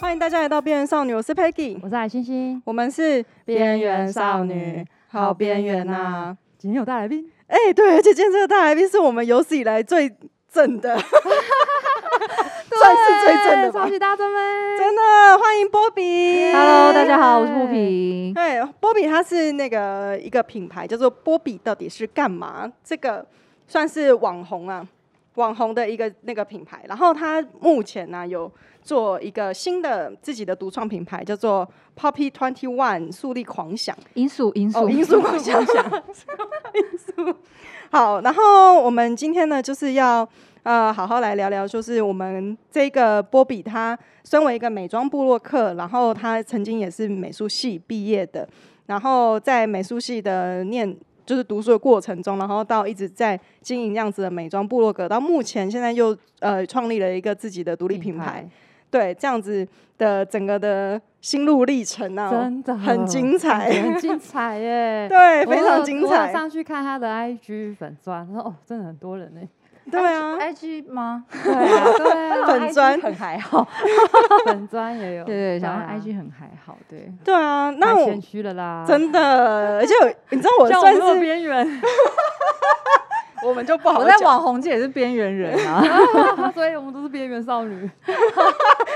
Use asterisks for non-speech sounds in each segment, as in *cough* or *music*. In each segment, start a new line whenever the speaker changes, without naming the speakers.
欢迎大家来到边缘少女，我是 Peggy，
哦我是海星星，
我们是
边缘少女
好边缘啊呐！
今天有大来宾，
哎、对，而且今天这个大来宾是我们有史以来最正 *laughs* 的， *laughs* 算是最正的
对超
吧，
级大正妹。
真的，欢迎波比。
Hello，大家好，我是布皮。
对，波比它是那个一个品牌，叫做波比，到底是干嘛？这个算是网红啊，网红的一个那个品牌。然后它目前呢、有做一个新的自己的独创品牌，叫做 Poppy Twenty One，树立狂想。
银鼠，银
哦，
鼠，
因素狂想，因素。 *laughs* 好，然后我们今天呢，就是要呃好好来聊聊，就是我们这个波比他身为一个美妆部落客，然后他曾经也是美术系毕业的，然后在美术系的念。就是读书的过程中，然后到一直在经营这样子的美妆部落格，到目前现在又呃创立了一个自己的独立品牌，对这样子的整个的心路历程啊，
真的
很精彩，！
很精彩耶
*laughs* 对，
我
非
有
常精
我有
彩。
哦上去看他的 IG 粉钻，他说哦，真的很多
*laughs*
人呢。
对啊，
IG 吗？
对啊，对啊，
粉砖
很还好，
粉砖也有。
对对，然后
啊
IG 很还好，对。
对啊，那
太
我
谦虚了啦，
真的，而且我你知道我
像
算
们这么
是
边
*laughs*
缘，
我们就不好
我在
讲。
网红界也是边缘人啊，
*laughs*
*laughs*
所以我们都是边缘少女。 *laughs*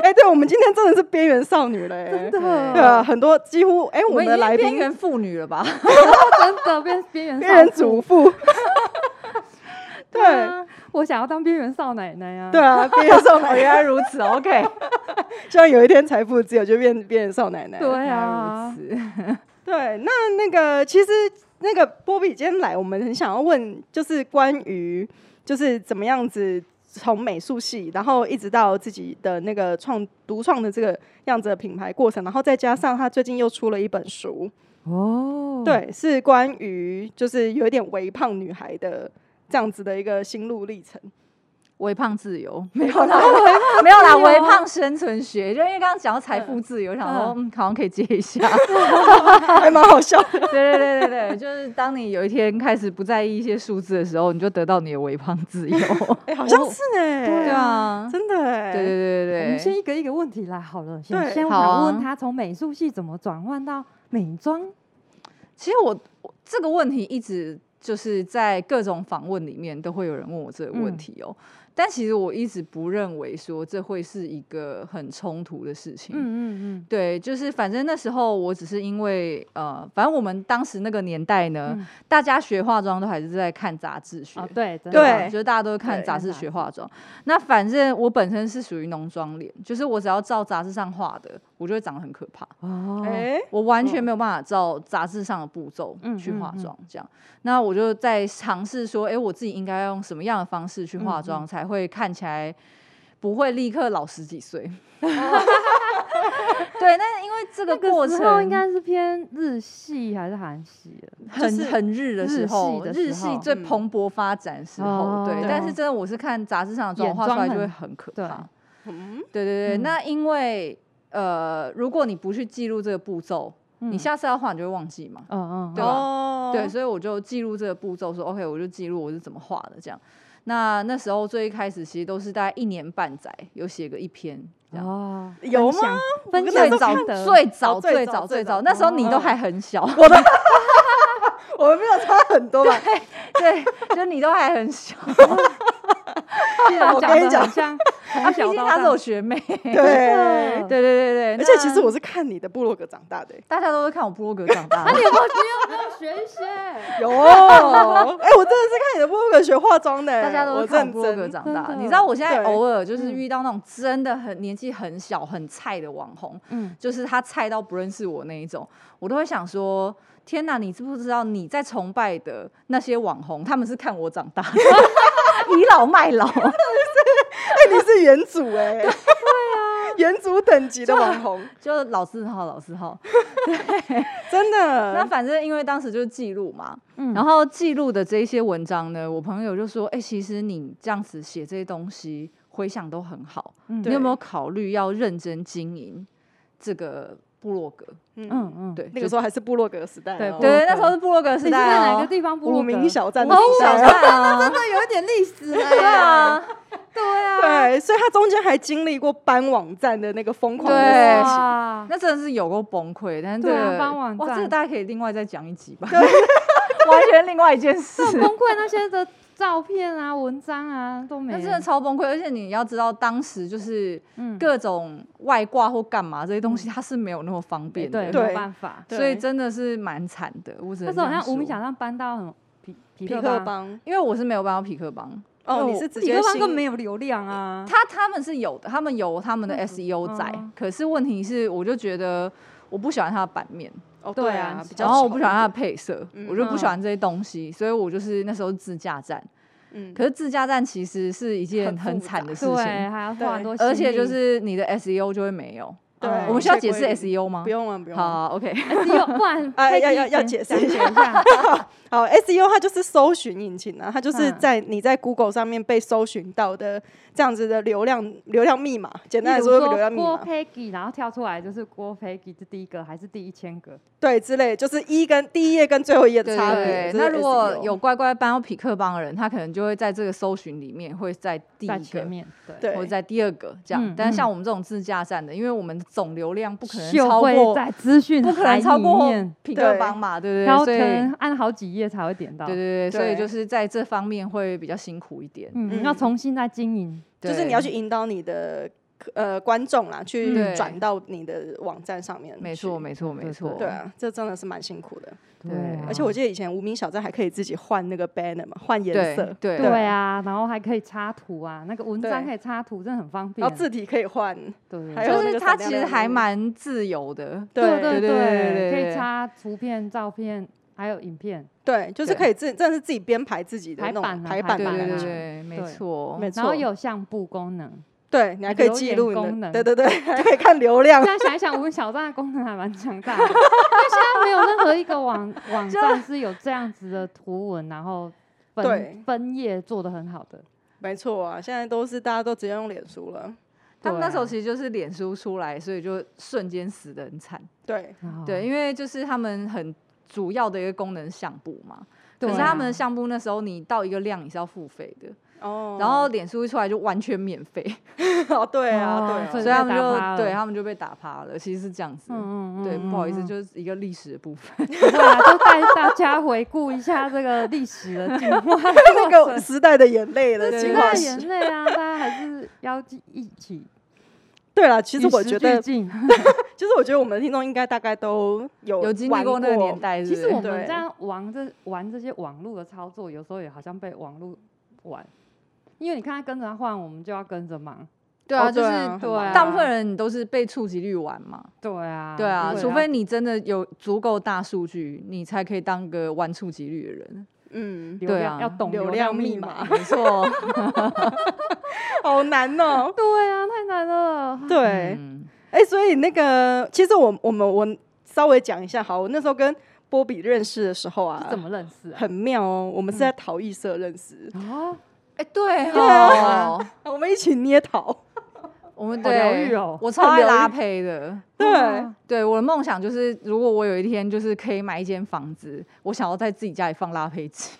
哎，对我们今天真的是边缘少女了，真
的
对啊，很多几乎哎，我
我
们
们
的
已
来
经
宾
边缘妇女 *laughs* 了吧？
真的变边缘
边缘
少
主
妇，
妇，对
对啊，我想要当边缘少奶奶啊。
对，啊，边缘少奶
哦原
奶，
来如 *laughs* 此，OK，
*laughs* 希望有一天财富自由就变边缘少奶奶。
对
原
啊
来如，此。
对，那那个其实那个波比今天来，我们很想要问，就是关于就是怎么样子从美术系，然后一直到自己的那个创独创的这个样子的品牌过程，然后再加上他最近又出了一本书，
嗯
哦，
对，是关于就是有一点微胖女孩的。这样子的一个心路历程，
微胖自由没有 *laughs* 啦，没有啦，微胖生存学，就因为刚刚讲到财富自由，想说嗯，好像可以接一 *laughs* 下。
还蛮好笑的。
对对对对对，就是当你有一天开始不在意一些数字的时候，你就得到你的微胖自由。
*laughs* 哎、好像是哎、
*laughs* 对啊，
真的哎、
对对对
我
对
们
对。
先一个一个问题来好了。
对
先先我
好啊
想问他从美术系怎么转换到美妆？
其实我我这个问题一直就是在各种访问里面都会有人问我这个问
嗯
题哦，但其实我一直不认为说这会是一个很冲突的事情。
嗯嗯
对，就是反正那时候我只是因为呃，反正我们当时那个年代呢，
嗯
大家学化妆都还是在看杂志学。
哦，对真的
吧
对
就是大家都看
对
杂
看
志
杂
学
志
化妆。那反正我本身是属于浓妆脸，就是我只要照杂志上画的，我就会长得很可怕。
哦，
哎、
我完全没有办法照杂志上的步骤
嗯
去
嗯
化
嗯
妆，这样。那我就在尝试说，哎、我自己应该用什么样的方式去化
嗯嗯
妆，才会看起来不会立刻老十
*laughs*
几岁？对，那因为这
那
个
个
过
时
程
候应该是偏日系还是韩系的？
很、
就是
很日的
日
时
系
候，
的
日
时
系
候
最
嗯
蓬勃发展时候，
哦
对。
对
但是真的，我是看杂志上的妆
眼
化出来
妆
就会
很
很可
对
怕。
嗯，
对对对，
嗯
那因为呃，如果你不去记录这个步骤，你
嗯
下次要画你就会忘记嘛。
嗯嗯
对
嗯，
吧
哦
对，所以我就记录这个步骤，说 OK，我就记录我是怎么画的这样。那那时候最一开始其实都是大概一年半载，有写个一篇这样。
哦，
有
分享
吗？
分
那
享
最
时候
早
心得
最早
哦最
最
早
早
最
最
早
早，那时候你
哦
都还很小，
我们没有差很多吧？
*laughs* 对，就是你都还
*laughs*
很小，
竟
*laughs*
然
我
讲
跟你
得
讲
很像从
啊毕
小
竟
到
她
大 *laughs*
是我
*laughs*
学妹。
对，
的
对对对对，
而且其实
那
我是看你的部落格长大的、欸。
大家都是看我部落格长
啊
大的，
*laughs*
学一些。
有， *laughs* 哎、我真的是看你的部落格学化妆的、
哦
欸
大家都
我
是看我
认
部落格
真。
长大
真。的
你知道我现在
对
偶尔就是
嗯
遇到那种真的很年纪很小很菜的网红，
嗯，
就是他菜到不认识我那一种，我都会想说：天哪，你知不知道你在崇拜的那些网红，他们是看我长大的， *laughs* 倚老卖老， *laughs*
哎、你是原主哎、对啊，原主等级的网
*laughs*
红，
就老字号，老字号。
真
呃
那
的。
反正因为当时就是记录嘛，
嗯
然后记录的这一些文章呢，我朋友就说：哎、其实你这样子写这些东西，回想都很好，
嗯
你有没有考虑要认真经营这个部落格？
嗯
嗯，嗯，
对，
那
就
个时候还是部落格时代哦、
对部落
对，
格
那时候是部落格
你
时
是在
代
哪
哦
个，地方部落格？
无名小站
无名
时
小
代
站啊，
真的有一点历史
*laughs* 对
哎。
啊，
对啊，
对，所以他中间还经历过搬网站的那个疯狂的
对
事情。
哇，
那真的是有够崩溃。但是这
对啊
个
帮网
哇，这个
站
大家可以另外再讲一集吧， *laughs* 完全另外一件事。
*laughs* 崩溃那些的照片啊、文章啊都没
那
了，
真的超崩溃，而且你要知道，当时就是
嗯
各种外挂或干嘛这些东西，它是没有那么方
没
便的，
对，
对
没有办法。
对
所以真的是蛮惨的。我只
那
能
时候好
这样
像无名
说
小，站搬到很皮皮
皮
克
克
邦，
邦
因为我是没有搬到匹克帮，
因为
哦，你
我
是直
匹
接
克邦根本
新
没有流量啊，
他他们是有的，他们有他们的 SEO 在，
嗯
可是问题是，我就觉得我不喜欢它的版面，
哦
对
对
啊
啊，比较
然后我
丑
不喜欢它
一
的配色，
嗯
我就不喜
嗯
欢这些东西，所以我就是那时候自驾站。
点嗯，
可是自驾站其实是一件
很
很
复
惨
杂啊
的事
对，
情，
还要花很多心力，
而且就是你的 SEO 就会没有。
对
嗯
我们需要解释
规律
SEO 吗
不？用啊，不用
好
啊。
啊
*laughs*
，OK，
有不
*laughs*
然
啊
佩
要
奇
要要
讲
解释
讲
一
解一下，
好，SEO 它就是搜寻引擎啊，它就是
嗯
在你在 Google 上面被搜寻到的这样子的流量流量密码，简单来
例如
说就是流量密
郭
码
Peggy，然后跳出来就是郭 Peggy 是第一个还是第一千个？
对之类，就是一跟第一页跟最后一页的
对
差
对
别。这
那
是 E
如果
SEO
有乖乖搬到匹克帮的人，他可能就会在这个搜寻里面会在第一
在
个
前面，对，
对
或者在第二个这样。
嗯
但是像
嗯
我们这种自驾站的，因为我们总流量不可能
就
超
会
过，
在资讯
不可
海
能超
里
过
面
匹克
对
帮嘛，对
然
不
后
对？所
可
以
能按好几页才会点到，
对对对，所以
对
就是在这方面会比较辛苦一点。
嗯，
嗯
要重新再经营，
就是
对
你要去引导你的呃观众啦，去
嗯
转到你的网站上面。
没错，。没错，没
对
错。
对啊，这真的是蛮辛苦的。
对
啊
而且我记得以前无名小站还可以自己换那个 banner 嘛，换颜
对
色，
对
对啊，然后还可以插图啊，那个文章
对
可以插图，真的很方
哦
便。
然后字体可以换。
对对
还
对
有
就
那
是
个
它
闪亮
其实
亮的
还
那个
蛮自由的。
对对
对
对对对
可
对
以插图片、照片，还有影片，
对，就是
对
可以自，真的是自己编排自己的
排
那种
版啊
排
排
版
对
的
版
对
啊
感
对
觉。
对，没
对
错。
没
哦然后
错，
有相簿功能。
对你还可以
留
记
言
录
功
你的，
能
对对 *laughs* 对，还可以看流量
现。在想一想，我们小站的功能还蛮强
*laughs*
大的，因为现在没有任何一个网网站是有这样子的图文，然后
对
分分页做的很好的。
没错啊，现在都是大家都直接用脸书了。
他们那时候
对啊
其实就是脸书出来，所以就瞬间死的很惨。
对，
哦
对，因为就是他们很主要的一个功能项目嘛。可是
对啊
他们的项目那时候你到一个量你是要付费的，
哦
然后脸书一出来就完全免费，
哦，对啊，
哦
对啊，
所以
所以
被
他们
打趴了
就对他们就被打趴了。其实是这样子，
嗯嗯嗯，
对，不好意思，
嗯
就是一个历史的部分。
不会啊，就带大家回顾一下这个历史的进化
那个时代的眼泪了，
对
进
时
化
那
代
史。
眼泪啊，大家还是要一起。
对啦，其实
与
我
时
觉
俱
得，
*laughs*
进
其实我觉得我们的听众应该大概都有
有
有
经历过那个年，代是
其
不是，
实我们
对
这样玩这玩这些网络的操作，有时候也好像被网络玩，因为你看他跟着他换，我们就要跟着忙。
对啊，
哦
就
对
是
啊
对啊
大部分人都是被触及率玩嘛，
对啊，
对啊，
如果
除
要
非你真的有足够大数据，你才可以当个玩触及率的人。
嗯，
流
对
量
啊
要懂
流
量
量密
码。
码
没 *laughs* 错，
好难
*laughs*
哦。
对啊，太难了。
对，
嗯
哎，所以那个，其实我我们我稍微讲一下，好，我那时候跟波比认识的时候啊
是，怎么认识啊？ *laughs*
很妙哦，我们是在陶艺社认识，
哦，
哎，对
对啊
哦，
我们一起捏陶，
我们
好疗愈
对
哦，
我超爱
疗愈
拉胚的。
对，
哇
对，我的梦想就是，如果我有一天就是可以买一间房子，我想要在自己家里放拉胚机。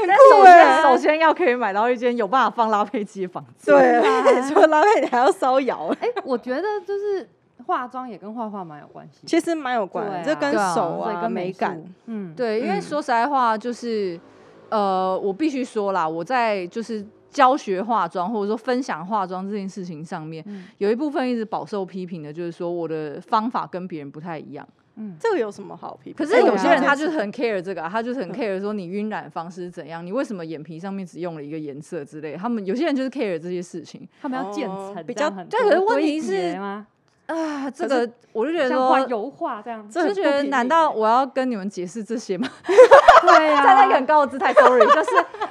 但首
欸
先，首先要可以买到一间有办法放拉胚机的房子。
对， *laughs* 除了拉配，你还要
*laughs*
烧窑，
哎，我觉得就是化妆也跟画画蛮有关系。
其实蛮有关，
对啊
这跟
对啊
手
所以
啊、
跟
美
美
感
术，嗯，
对，因为
嗯
说实在话，就是、呃，我必须说啦，我在就是教学化妆或者说分享化妆这件事情上面，
嗯
有一部分一直饱受批评的，就是说我的方法跟别人不太一样。
嗯，
这个有什么好批评？
可是
对
有些人
啊
他就是很 care 这个、啊，他就是很 care 说你晕染方式是怎样，你为什么眼皮上面只用了一个颜色之类。他们有些人就是 care 这些事情
他们要渐
哦
层这样很多，
比较
对可是问
堆
题是
叠吗？
啊，这
可
个我就觉得
像画
说。
油画这样，
这
就
很
觉
不
得
平
难
民
道
欸
我要跟你们解释这些吗？
对啊呀、
站在一个很高的姿态，sorry，就是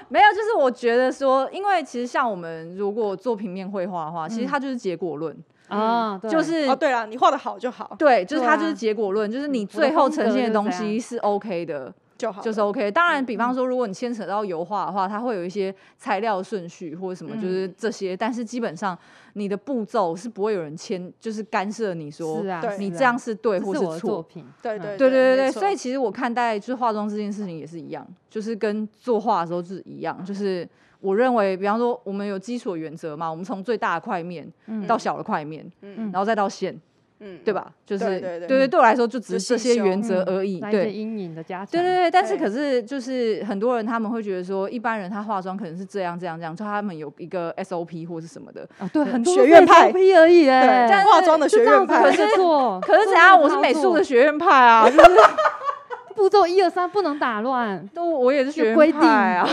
没有，就是我觉得说，因为其实像我们如果做平面绘画的话，其实它就是结果论，
啊，嗯对
就是、
哦，对了，你画的好就好，
对，就是
对
它
啊
就是结果论，就是你
嗯我的
最后
风格
呈现的
就
东
这样嗯
西是 OK 的，
就好了，
就是 OK。当然，比方说，如果你牵扯到油画的话，它会有一些材料顺序或者什么，
嗯
就是这些。但是基本上，你的步骤是不会有人牵，就是干涉你说
是啊
对，
你
是
这
啊
样是对
这
或
是我的作
错。
品，
对
嗯
对
对对对
没
对，
错
所以其实我看待就是化妆这件事情也是一样，就是跟作画的时候是一样，就是我认为，比方说我们有基础的原则嘛，我们从最大的块面
嗯
到小的块面，
嗯
嗯
然后再到线，
嗯
对？吧？就是
对对
对
对
对，对我来说就只
就是
这
细
些
修
原则
嗯
而已，
那一
对
些。阴影的加强，
对对对，但是
对
可是就是很多人他们会觉得说，一般人他化妆可能是这样这样这样，就他们有一个 SOP 或是什么的。
啊，对，很多
学院派
P 而已
对
哎，
但是
化妆的学
就这
院
样子
派
可，是做，
可是
做
怎
那
样？
个
我是
操
美术
作
的学院
*laughs*
派啊，就是
步骤一二三不能打乱，
都我也是学
规
院
定
派啊。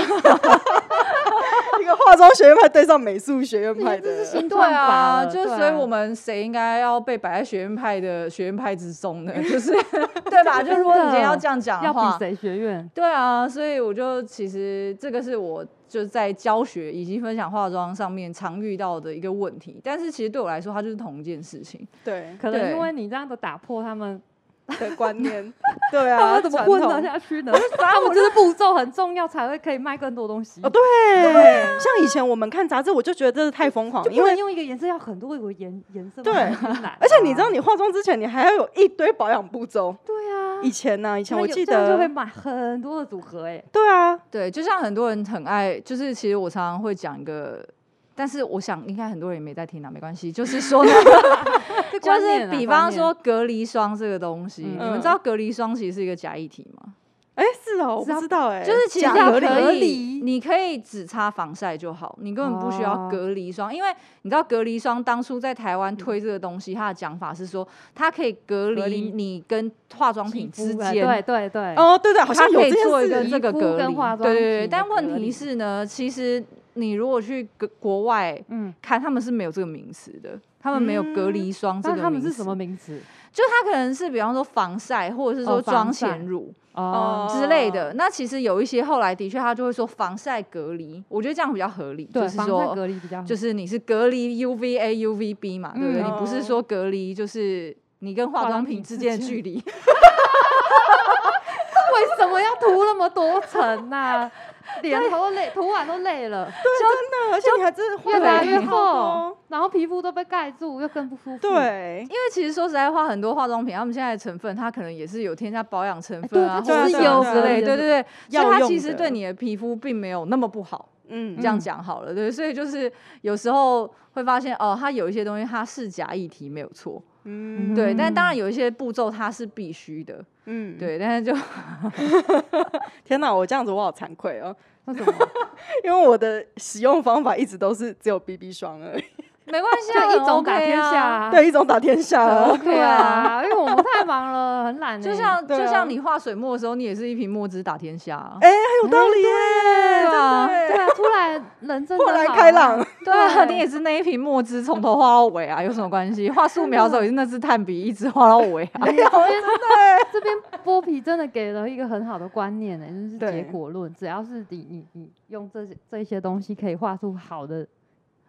*laughs* 一个化妆学院派对上美术学院派
这
的
是，新
对
创法
啊，
了，
就是
对
所以
啊
我们谁应该要被摆在学院派的学院派之中呢？ *laughs* 就是对 *laughs* 吧？就如果你今天要这样讲
要
的
比
话，
谁学院，
对啊，所以我就其实这个是我就是在教学以及分享化妆上面常遇到的一个问题，但是其实对我来说，它就是同一件事情。
对
可能
对
因为你这样的打破他们，
的观念，
*laughs*
对
他
啊，
们怎么混得
传统
下去呢？他们就是步骤很重要，才会可以卖更多东西。
哦，对，像以前我们看杂志，我就觉得这是太疯狂
啊就不
了，因
能
为
哦用一个颜色要很多个颜颜色吗，
对
很难
而且你
啊
知道，你化妆之前，你还要有一堆保养步骤。
对啊，
以前呢、以前
那
我
有
记
这样就会
得，
买很多的组合哎，
对啊，
对，就像很多人很爱，就是其实我常常会讲一个，但是我想应该很多人也没在听啊，没关系。 *laughs* 就是说呢，
这
就
观
是
念啊
比
观
方
念
说隔离霜这个东西，你
嗯
们知道隔离霜其实是一个假议题吗？
哎、是哦，我
是啊
不知道哎、
就是其实
假
它
合理
可以
离，
你可以只擦防晒就好，你根本不需要
哦嗯
隔离霜，因为你知道隔离霜当初在台湾推这个东西，它的讲法是说它可以隔
隔离
离你跟化妆
皮
品
肤
之
的
间，
对对对，
哦，对对，好像
它
有
可以
这
做一
件
个
事，
这个
皮肤
隔
跟
离，
化妆
对对
品
对。
的
但问
隔
题
离
是呢，其实你如果去国国外
嗯，
看，他们是没有这个名词的，他们没有隔离霜这
那
个名词。
他们是什么？名词？
就它可能是比方说防晒，或者是
哦
说
防
妆
晒
前乳
哦，
之类的。那其实有一些后来的确，他就会说防晒隔离，我觉得这样比较合理，
对，
就是
防晒
说。
隔离比较好，
就是你是隔离 UVA、UVB 嘛，对不对？
嗯
你不是说隔离就是你跟化
化
妆
妆
品
品
之
之
间的
间
距离，
为什么要涂那么多层呐？脸头累，涂完都累了，
真的，而且你还真的
越
化
来
了
越
很
厚
多，，
然后皮肤都被盖住，又更不舒服。
*laughs* 对，
因为其实说实在话，很多化妆品他们现在的成分，它可能也是有添加保养成
对
分啊，
它
或
只
者
是
什么
有
之类，
的
对对对，所
药
以它
用
其实
的
对你的皮肤并没有那么不好。
嗯
这，样讲好了，对，所以就是有时候会发现哦，它有一些东西它是假议题没有错，
嗯，
对，
嗯
但当然有一些步骤它是必须的，
嗯，
对，但 *laughs* 是就
天哪，我这样子我好惭愧哦，
为什么？
因为我的使用方法一直都是只有 BB 霜而已，
没关系啊，
就一种
很 OK
打天下
啊。
啊，
对，一种打天下
很
了，
，OK 啊，因为我们太忙了，很
*laughs*
懒欸。
就像
对啊
就像你画水墨的时候，你也是一瓶墨汁打天下啊，
哎、很有道理耶、
对啊
真的
对
耶
啊，突然人真的
豁然
好
开
啊
朗，
对
对
啊，*laughs* 你也是那一瓶墨汁 *laughs* 从头画到尾啊，有什么关系？画素描的时候也是那支炭笔一直画到尾 *laughs* 啊，
哎这边这边剥皮真的给了一个很好的观念呢、就是
对
结果论。只要是你你你用这些这些东西可以画出好的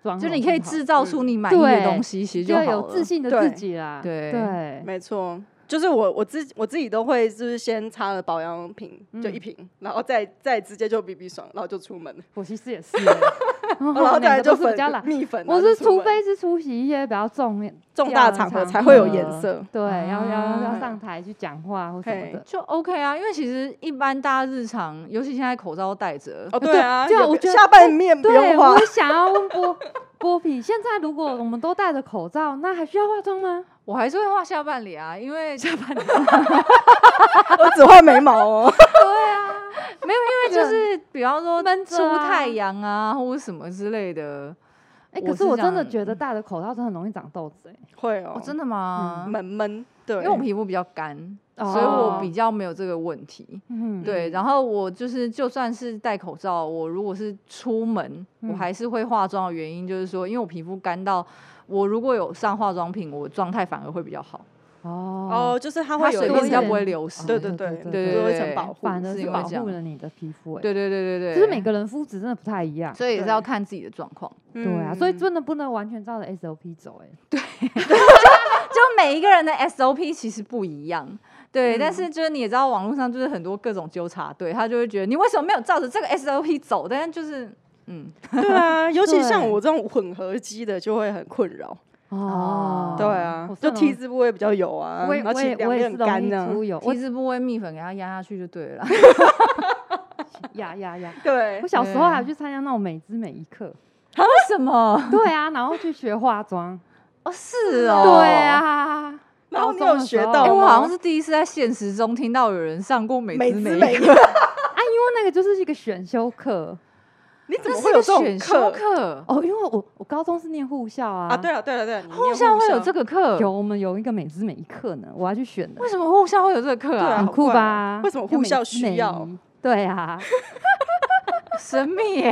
妆
就
容好，
你可以制造出你满意的
对
东西，其实
就
好
有
了
自。信的
对
自己啦。
啊对
对，
没错，就是我我自我自己都会就是先擦了保养品，就一瓶，然后再再直接就 BB 霜，然后就出门了，
我其实也 *laughs* 是欸、然
然后再来就
是
粉
比较懒。
蜜粉啊，
我是
就出
除
门
非是出席一些比较重
重
要
大
的
场合
场
才会有
合
颜色，
对，要要
啊
要上台去讲话或什么
嘿
的。
就 OK 啊，因为其实一般大家日常，尤其现在口罩戴着，
哦， *laughs* 对啊，
对啊
也
我
不
觉得
下半面不
对，
用画
我，也想要问波波皮，现在如果我们都戴着口罩，那还需要化妆吗？
我还是会画下半脸啊，因为下半脸
我只画眉毛哦。
没有，因为就是比方说
闷着
出
啊
太阳啊，或者什么之类的。
哎、
我
可
是
是我
这
真的
样
觉得戴着口罩真的很容易长痘子、哎，
*laughs* 会哦
哦，真的吗？
闷闷，对，
因为我皮肤比较干，
哦
所以我比较没有这个问题。
嗯，
对，然后我就是就算是戴口罩，我如果是出门，我
嗯
还是会化妆的原因就是说，因为我皮肤干到，我如果有上化妆品，我状态反而会比较好，
哦，
哦，
就是它
它
会有
水
一
分
个
分比
一
较
点
不会流失。
对
对
对对
对
对
多一
对
层保护，
反而
是
是
因为
保
这样
护了你的皮肤、哎，，
对对对对对，
就是每个人肤质真的不太一样。
所以也是
对
要看自己的状况。
嗯
对啊，所以真的不能完全照着 SOP 走、哎，
就每一个人的 SOP 其实不一样。对，
嗯
但是就是你也知道，网络上就是很多各种纠察队，他就会觉得你为什么没有照着这个 SOP 走？但是就是，嗯，
*laughs* 对啊，尤其像
对
我这种混合机的就会很困扰。
哦，
对啊
我，
就
算
梯
了
子部位比较油啊，
我也
而
我
且
也
两
我也
边
是
很
容
干
易
呢。
出
*laughs*
油，我
提子部位蜜粉给它压下去就对了啦。
呀呀
*laughs*
呀！
对
我，小时候还有
对
去参加那种美姿美仪
*laughs*
课，
为什么？
对啊，然后去学化
*laughs*
妆，
哦，是哦，
对。啊，
然后
高
你
中
有
的
学
时候
到
哎、
吗？
我好像是第一次在现实中听到有人上过美
美
姿
姿
美
美
仪
仪
课，
啊，因为那个就是一个选修课
你怎
这
么
是
会
一
有
个
这种
选修
课
课。
哦，因为我我高中是念护校啊，
啊？对了对了对了，
护校会有这
个
个课？
有我们有一个美姿美仪课呢，我要去选的
为，什么护校会有这个课
对啊
啊？
很
好
酷
怪哦
吧？
为什么
有
护
美
校
姿美
需要
仪？对啊，
*laughs* 神秘耶、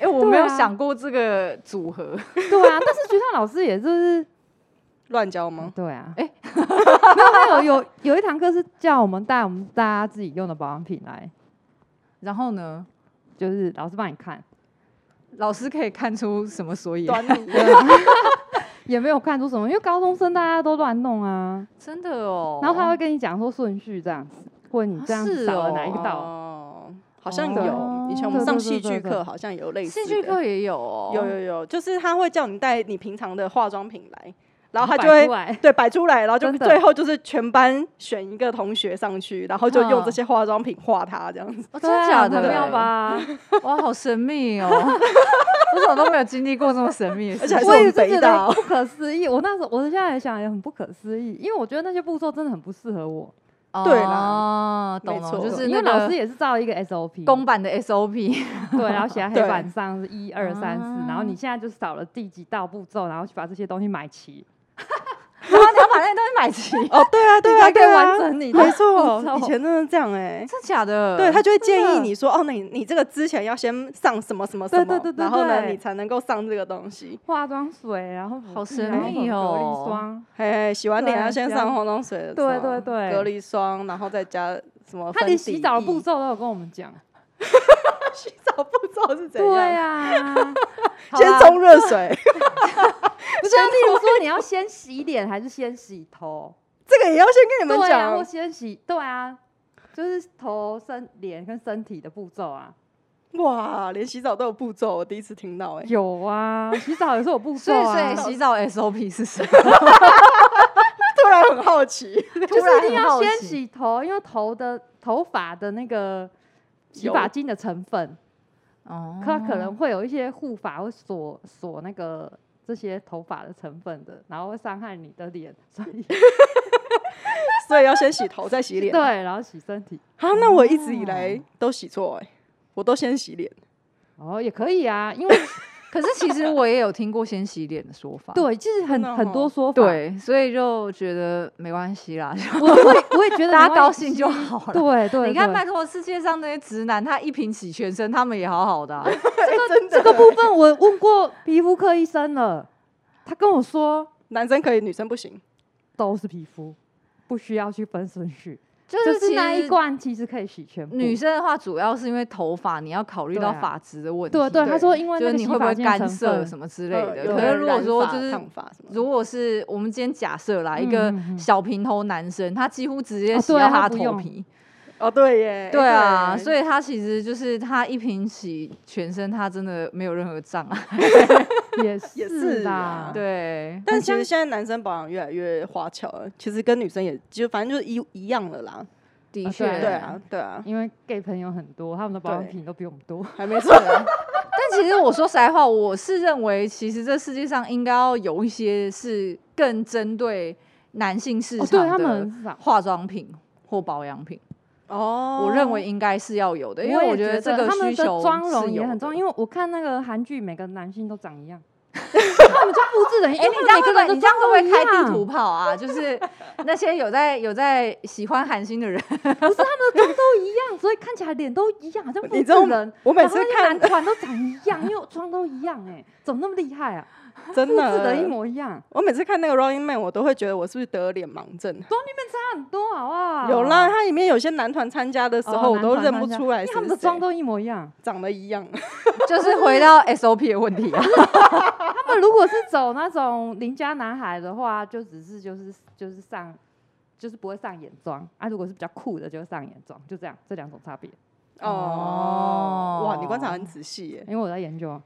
哎、我
对
没有
啊
想过这个组合。
对啊，但是学校老师也就是
乱教吗？
对啊，
诶
*laughs* 没有他有有有一堂课是叫我们带我们大家自己用的保养品来，
然后呢，
就是老师帮你看，
老师可以看出什么所以
*laughs*
然？
端倪
也没有看出什么，因为高中生大家都乱弄啊，
真的哦。
然后他会跟你讲说顺序这样子，或者你这样
是
子扫了
哦
哪一个道，
哦，好像
哦
有，以前我们上戏
对
剧
对对对
课好像有类似
戏
的
剧课也有哦，
有有有，就是他会叫你带你平常的化妆品来，然后他
哦摆
就会
出来
对摆出来，然后就
真的
最后就是全班选一个同学上去，然后就用这些化妆品画他这样子。
哦，
对
真的
啊
假
很
的？
妙？吧？
哇，好神秘哦！ *laughs* 我怎么都没有经历过这么神秘的事
而且还是
情。
我
我
也
们
是
北
觉
大
得
哦
不可思议。我那时候，我现在也想也很不可思议，因为我觉得那些步骤真的很不适合我，
对
啦，哦懂
没
了，
错
就是
因
那
为老师
个
也是照一个 SOP
公版的 *laughs* SOP。
对，然后写在黑
对
板上是一二三四，然后
啊
你现在就少了第几道步骤，然后去把这些东西买齐，
然后你要把那些东西买齐，
哦，对 *laughs* 啊，对
你
啊，
才可
对
以
啊
完，成你的
没
步
错，
骤
以前真的这样哎。
*laughs* 真假的？
*laughs* 对他就会建
欸真
议
的
你说，哦，那你你这个之前要先上什么什么什
对
么，
对对对
然后呢，
对
你才能够上这个东西。
化妆水，然后乳
好
液
神
然后
秘
粉
哦
隔离霜，
嘿嘿，洗完脸
对
要先
这样
上化妆水的
对
时
对
候
对
隔离霜，然后再加什么粉底液？
他连洗澡的步
*laughs*
骤都有跟我们讲。
洗澡步骤是怎样？
对啊，
*laughs*
好
先
啦
冲热水，
不是啊，例如说你要先洗脸还是先洗头？
这个也要先跟你们
对啊，
哦
讲
或。先洗，对啊，就是头、身、脸跟身体的步骤啊。
哇，连洗澡都有步骤，我第一次听到哎、
有啊，洗澡也是有步骤
所以，所
啊
以，洗澡 SOP 是 *laughs* 什么？
突然很好奇。 *laughs*
就是一定
突然很
要
好
先
奇
洗头，因为头的头发的那个洗
油
发精的成分，
哦
它可能会有一些护发会锁锁那个这些头发的成分的，然后会伤害你的脸，所以
所以要先洗头再
*laughs*
洗
对，
脸。
然后洗身体，
啊，那我一直以来都洗错哎、我都先洗脸。
哦，也可以啊，因为
可是其实我也有听过先洗脸的说 *laughs* 法。
对，其实很
真的
很多
哦
说法，
对，所以就觉得没关系啦，
我我也我也觉得
*laughs* 大
没
家
关
高兴
系
就好 *laughs* 了。哎
对对，
你看，
对
拜托，世界上那些直男，他一瓶洗全身，他们也好好 *laughs* 的啊、
真的
这个部分我问过皮肤科医生了，他跟我说
男生可以，女生不行。
都是皮肤，不需要去分顺序，
就
就是
其
那一
实
罐其实可以洗全部。
女生的话，主要是因为头发，你要考虑
对
到
啊
发质的问题。
对对，他
对
说因为
就
那
是
个
你
洗
会不会
发精
干
成
涉
分
什么之类的。
呃有
可
的
是
人
如果
染
说
发
就是
烫发什么的，
如果是我们今天假设啦，
嗯
一个
嗯嗯
小平头男生，他几乎直接
哦
洗
对
到
啊
他
他不
的头
用
皮。
哦对耶，哎
对啊，所
以
以他其实就是他一瓶洗全身，他真的没有任何障碍。 *laughs*
也是
也是
啦
啊，
对，
哦
但其实现在男生保养越来越花俏了，其实跟女生也就反正就是一一样了啦。
的
啊
确，
对
对啊，对啊，
因为 gay 朋友很多，他们的保养
对
品都比我们多。
还没
*laughs*
错啊。
但其实我说实在话，我是认为，其实这世界上应该要有一些是更针对男性市
哦，对他
场
们
的
很少。
化妆品或保养品，
哦，
我认为应该是要有的，因为
也
我
觉
得这个
他们
需
的
求
妆容
是
也
有的
很重要，因为我看那个韩剧，每个男性都长一
*laughs*
样，他们就复制人，因
哎、
为
你
他
这
们
样
每个人的
会不会你这样会不
妆容一
会
样
开地图炮
*laughs*
啊？就是那些有在有在喜欢韩星的人， *laughs*
都一样，所以看起来脸都一样，好像复
你
制
知道
人。
我每次
然后那些
看
男团都长一样，因为妆都一样、哎，怎么那么厉害啊？
真
复制
的
的一模一样，
我每次看那个 Running Man，我都会觉得我是不是得了脸盲症？
差很多，好不好？
有啦，，它里面有些男团参加的时候，
啊哦
我都
男团
认不
参加
出来
因
是
为他们的
谁
妆都一模一样。
长得
*laughs*
一样。
就是回到 SOP 的问题啊。
他们如果是走那种邻家男孩的话，就只是就是就是上就是不会上眼妆啊，如果是比较酷的就会上眼妆，就这样，这两种差别。
哦，哇，你观察很仔细耶。
因为我在研究啊，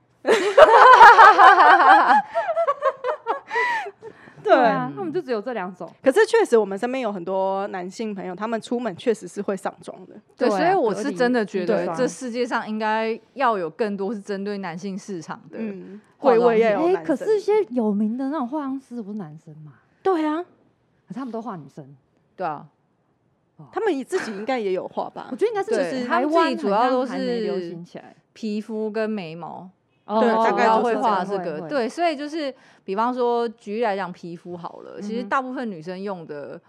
对
啊，他们就只有这两种。
可是确实，我们身边有很多男性朋友，他们出门确实是会上妆的。
对，
对
所
啊
以我
隔
是
离
真的觉
对
得
啊
这世界上应该要有更多是针对男性市场的。
嗯，
化
会
妆
味也
品
有
哎、
男
可
生
是一些有名的那种化妆师不是男生嘛？
对啊，
可是他们都画女生，
对啊，
他们也自己应该也有化 *laughs* 吧
我？觉得应该是
对
就是
他
台
们自己
湾
主
好
要
像
都
还没流
是
行起来，
皮肤跟眉毛，
哦
对
哦
大
主
概
要
就
会
是
画
这
这个。，对，所以就是比方说，举例来讲，皮肤好了，其实
嗯哼
大部分女生用的。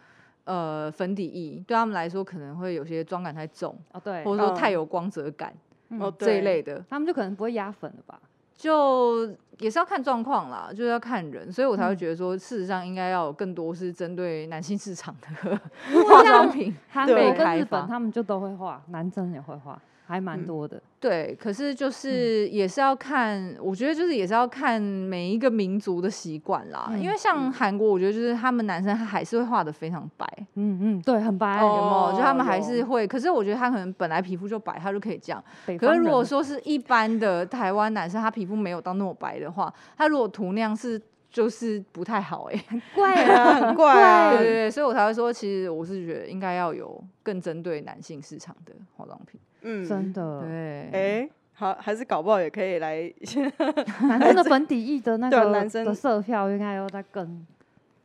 呃，粉底液对他们来说可能会有些妆感太重，
哦对，
或者说
嗯
太有光泽感
嗯
哦
这一
对
类的，
他们就可能不会压粉了吧？
就也是要看状况啦，就是要看人，所以我才会
嗯
觉得说，事实上应该要有更多是针对男性市场的 *laughs* 化妆品。
韩
对
国
被开
跟日
发
本他们就都会画，男生也会画，还蛮
嗯
多的。
对，可是就是也是要看，我觉得就是也是要看每一个民族的习惯啦。因为
嗯
像韩国，我觉得就是他们男生他还是会画的非常白，
嗯嗯，对，很白。
哦
有没有？就他们还是
有
会，可是我觉得他可能本来皮肤就白，他就可以这样。
北
可
方
是如
人
果
的
说是一般的台湾男生，他皮肤没有到那么白的话，他如果涂那样是就是不太好哎、
很怪
对 *laughs*
啊，
啊，很怪啊
*laughs* 对。对对，所以我才会说，其实我是觉得应该要有更针对男性市场的化妆品。
嗯，
真。的，
对，
哎，好，还是搞不好也可以来
男生的粉底液的那
*laughs* 对啊
个
男生
的色票应该要再更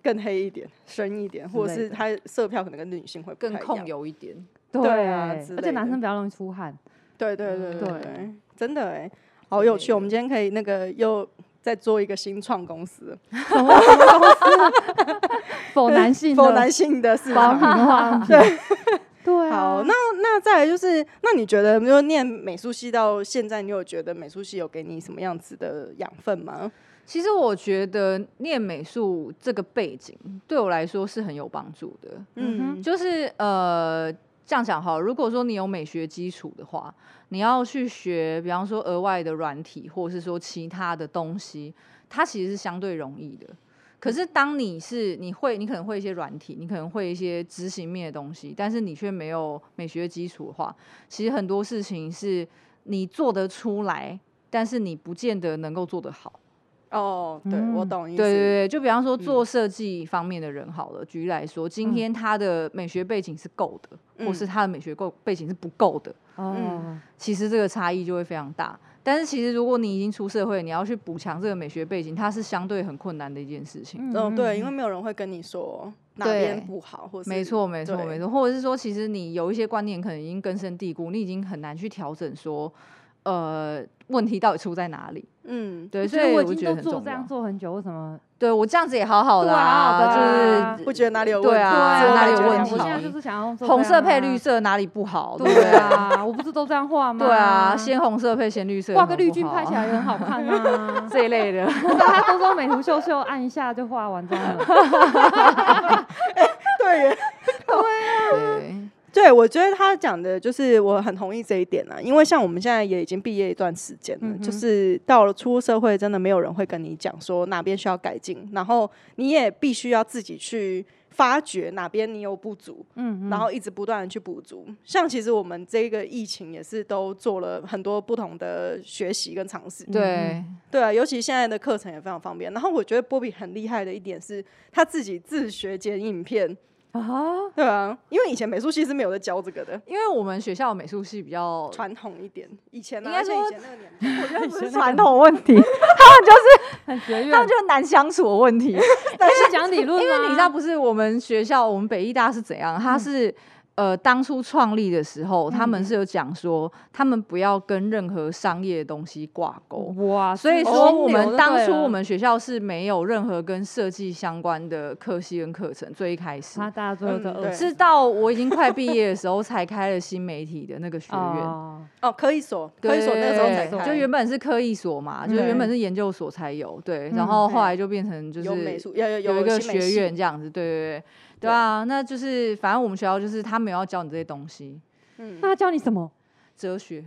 更黑一点、深一点，
之
或者是
类的
它色票可能跟女性会不
更
太一
控
样。
油一点。
对啊之
而
类
且男
的
生比较容易出汗。
对对对
嗯
对
对
对，真的哎，好有
之类
趣。
的
我们今天可以那个又再做一个新创公司，
否男性
*laughs* 否
的
男性的市
保
场
养。
*laughs*
化妆品，对对啊。
好，那那再来就是，那你觉得，就念美术系到现在，你有觉得美术系有给你什么样子的养分吗？
其实我觉得念美术这个背景对我来说是很有帮助的。
嗯
嗯，
就是呃，这样讲好，如果说你有美学基础的话，你要去学，比方说额外的软体，或者是说其他的东西，它其实是相对容易的。可是当你是你会，你可能会一些软体，你可能会一些执行面的东西，但是你却没有美学基础的话，其实很多事情是你做得出来，但是你不见得能够做得好。
哦，对，
嗯
我懂意思。
对对对，就比方说
嗯
做设计方面的人好了，举例来说，今
嗯
天他的美学背景是够的，或
嗯
是他的美学够背景是不够的，
哦，
其实这个差异就会非常大。但是其实如果你已经出社会，你要去补强这个美学背景，它是相对很困难的一件事情。
嗯
嗯，对，因为
嗯
没有人会跟你说哪
对
边不好，或是
没错，没错，
对
没错，或者是说，其实你有一些观念可能已经根深蒂固，你已经很难去调整说，呃，问题到底出在哪里？
嗯，
对，
我
所
觉
以
得
我
已
觉
经
得
都
很
做
重
这样
要。
做很久，为什么？
对我这样子也好好的、啊，
对啊
就是
不觉得哪里有问
对
题，
啊
只有
哪里
感觉
有问
良
题
我
好 *laughs*
现在就是想要做
红
这样
色配
啊
绿，色哪里不好？对不
对
对？
啊，我不是都这样画吗？
对啊，鲜红色配鲜绿色，
画个绿军拍
拍。
起来也很好看啊 *laughs*
*laughs* 这一类的。
大家都说美图秀秀按一下就画完妆了，
对耶， *laughs*
对，
对，我觉得他讲的就是我很同意这一点啦，啊因为像我们现在也已经毕业一段时间了，
嗯哼
就是到了出社会，真的没有人会跟你讲说哪边需要改进，然后你也必须要自己去发掘哪边你有不足，
嗯，嗯
然后一直不断的去补足。像其实我们这个疫情也是都做了很多不同的学习跟尝试，
对，
嗯
对啊，尤其现在的课程也非常方便。然后我觉得波比很厉害的一点是他自己自学剪影片。
啊，
对啊，因为以前美术系是没有在教这个的，
因为我们学校美术系比较
传统一点。以前呢、
应该
而且以
说
前那个年代，
不是传统问
*laughs*
题，
很学
他
院
们，就是难相处的问
*laughs*
题。
但是讲理论
因为
吗嗯
你知道，不是我们学校，我们北医大是怎样？它是。呃，当初创立的时候，他们是有讲说，他们不要跟任何商业的东西挂
嗯
钩，
哇，
所以
是
说
金
哦
牛
我们
就
当
对
初
了
我们学校是没有任何跟设计相关的科系跟课程，最一开始
他大家最后
嗯
的
对
二
是到我已经快毕业的时候才开了新媒体的那个学院。
哦，
哦，科以所，科
对
以所那个时候才
对
开，
就原本是科艺所嘛，就是原本是研究所才有，对，然后后来就变成就是
有美术，有有
有一个
新美
学
系
院，这样子，对对对，对啊，那就是反正我们学校就是他没有要教你这些东西，
嗯，
啊
那他教你什么？
哲学，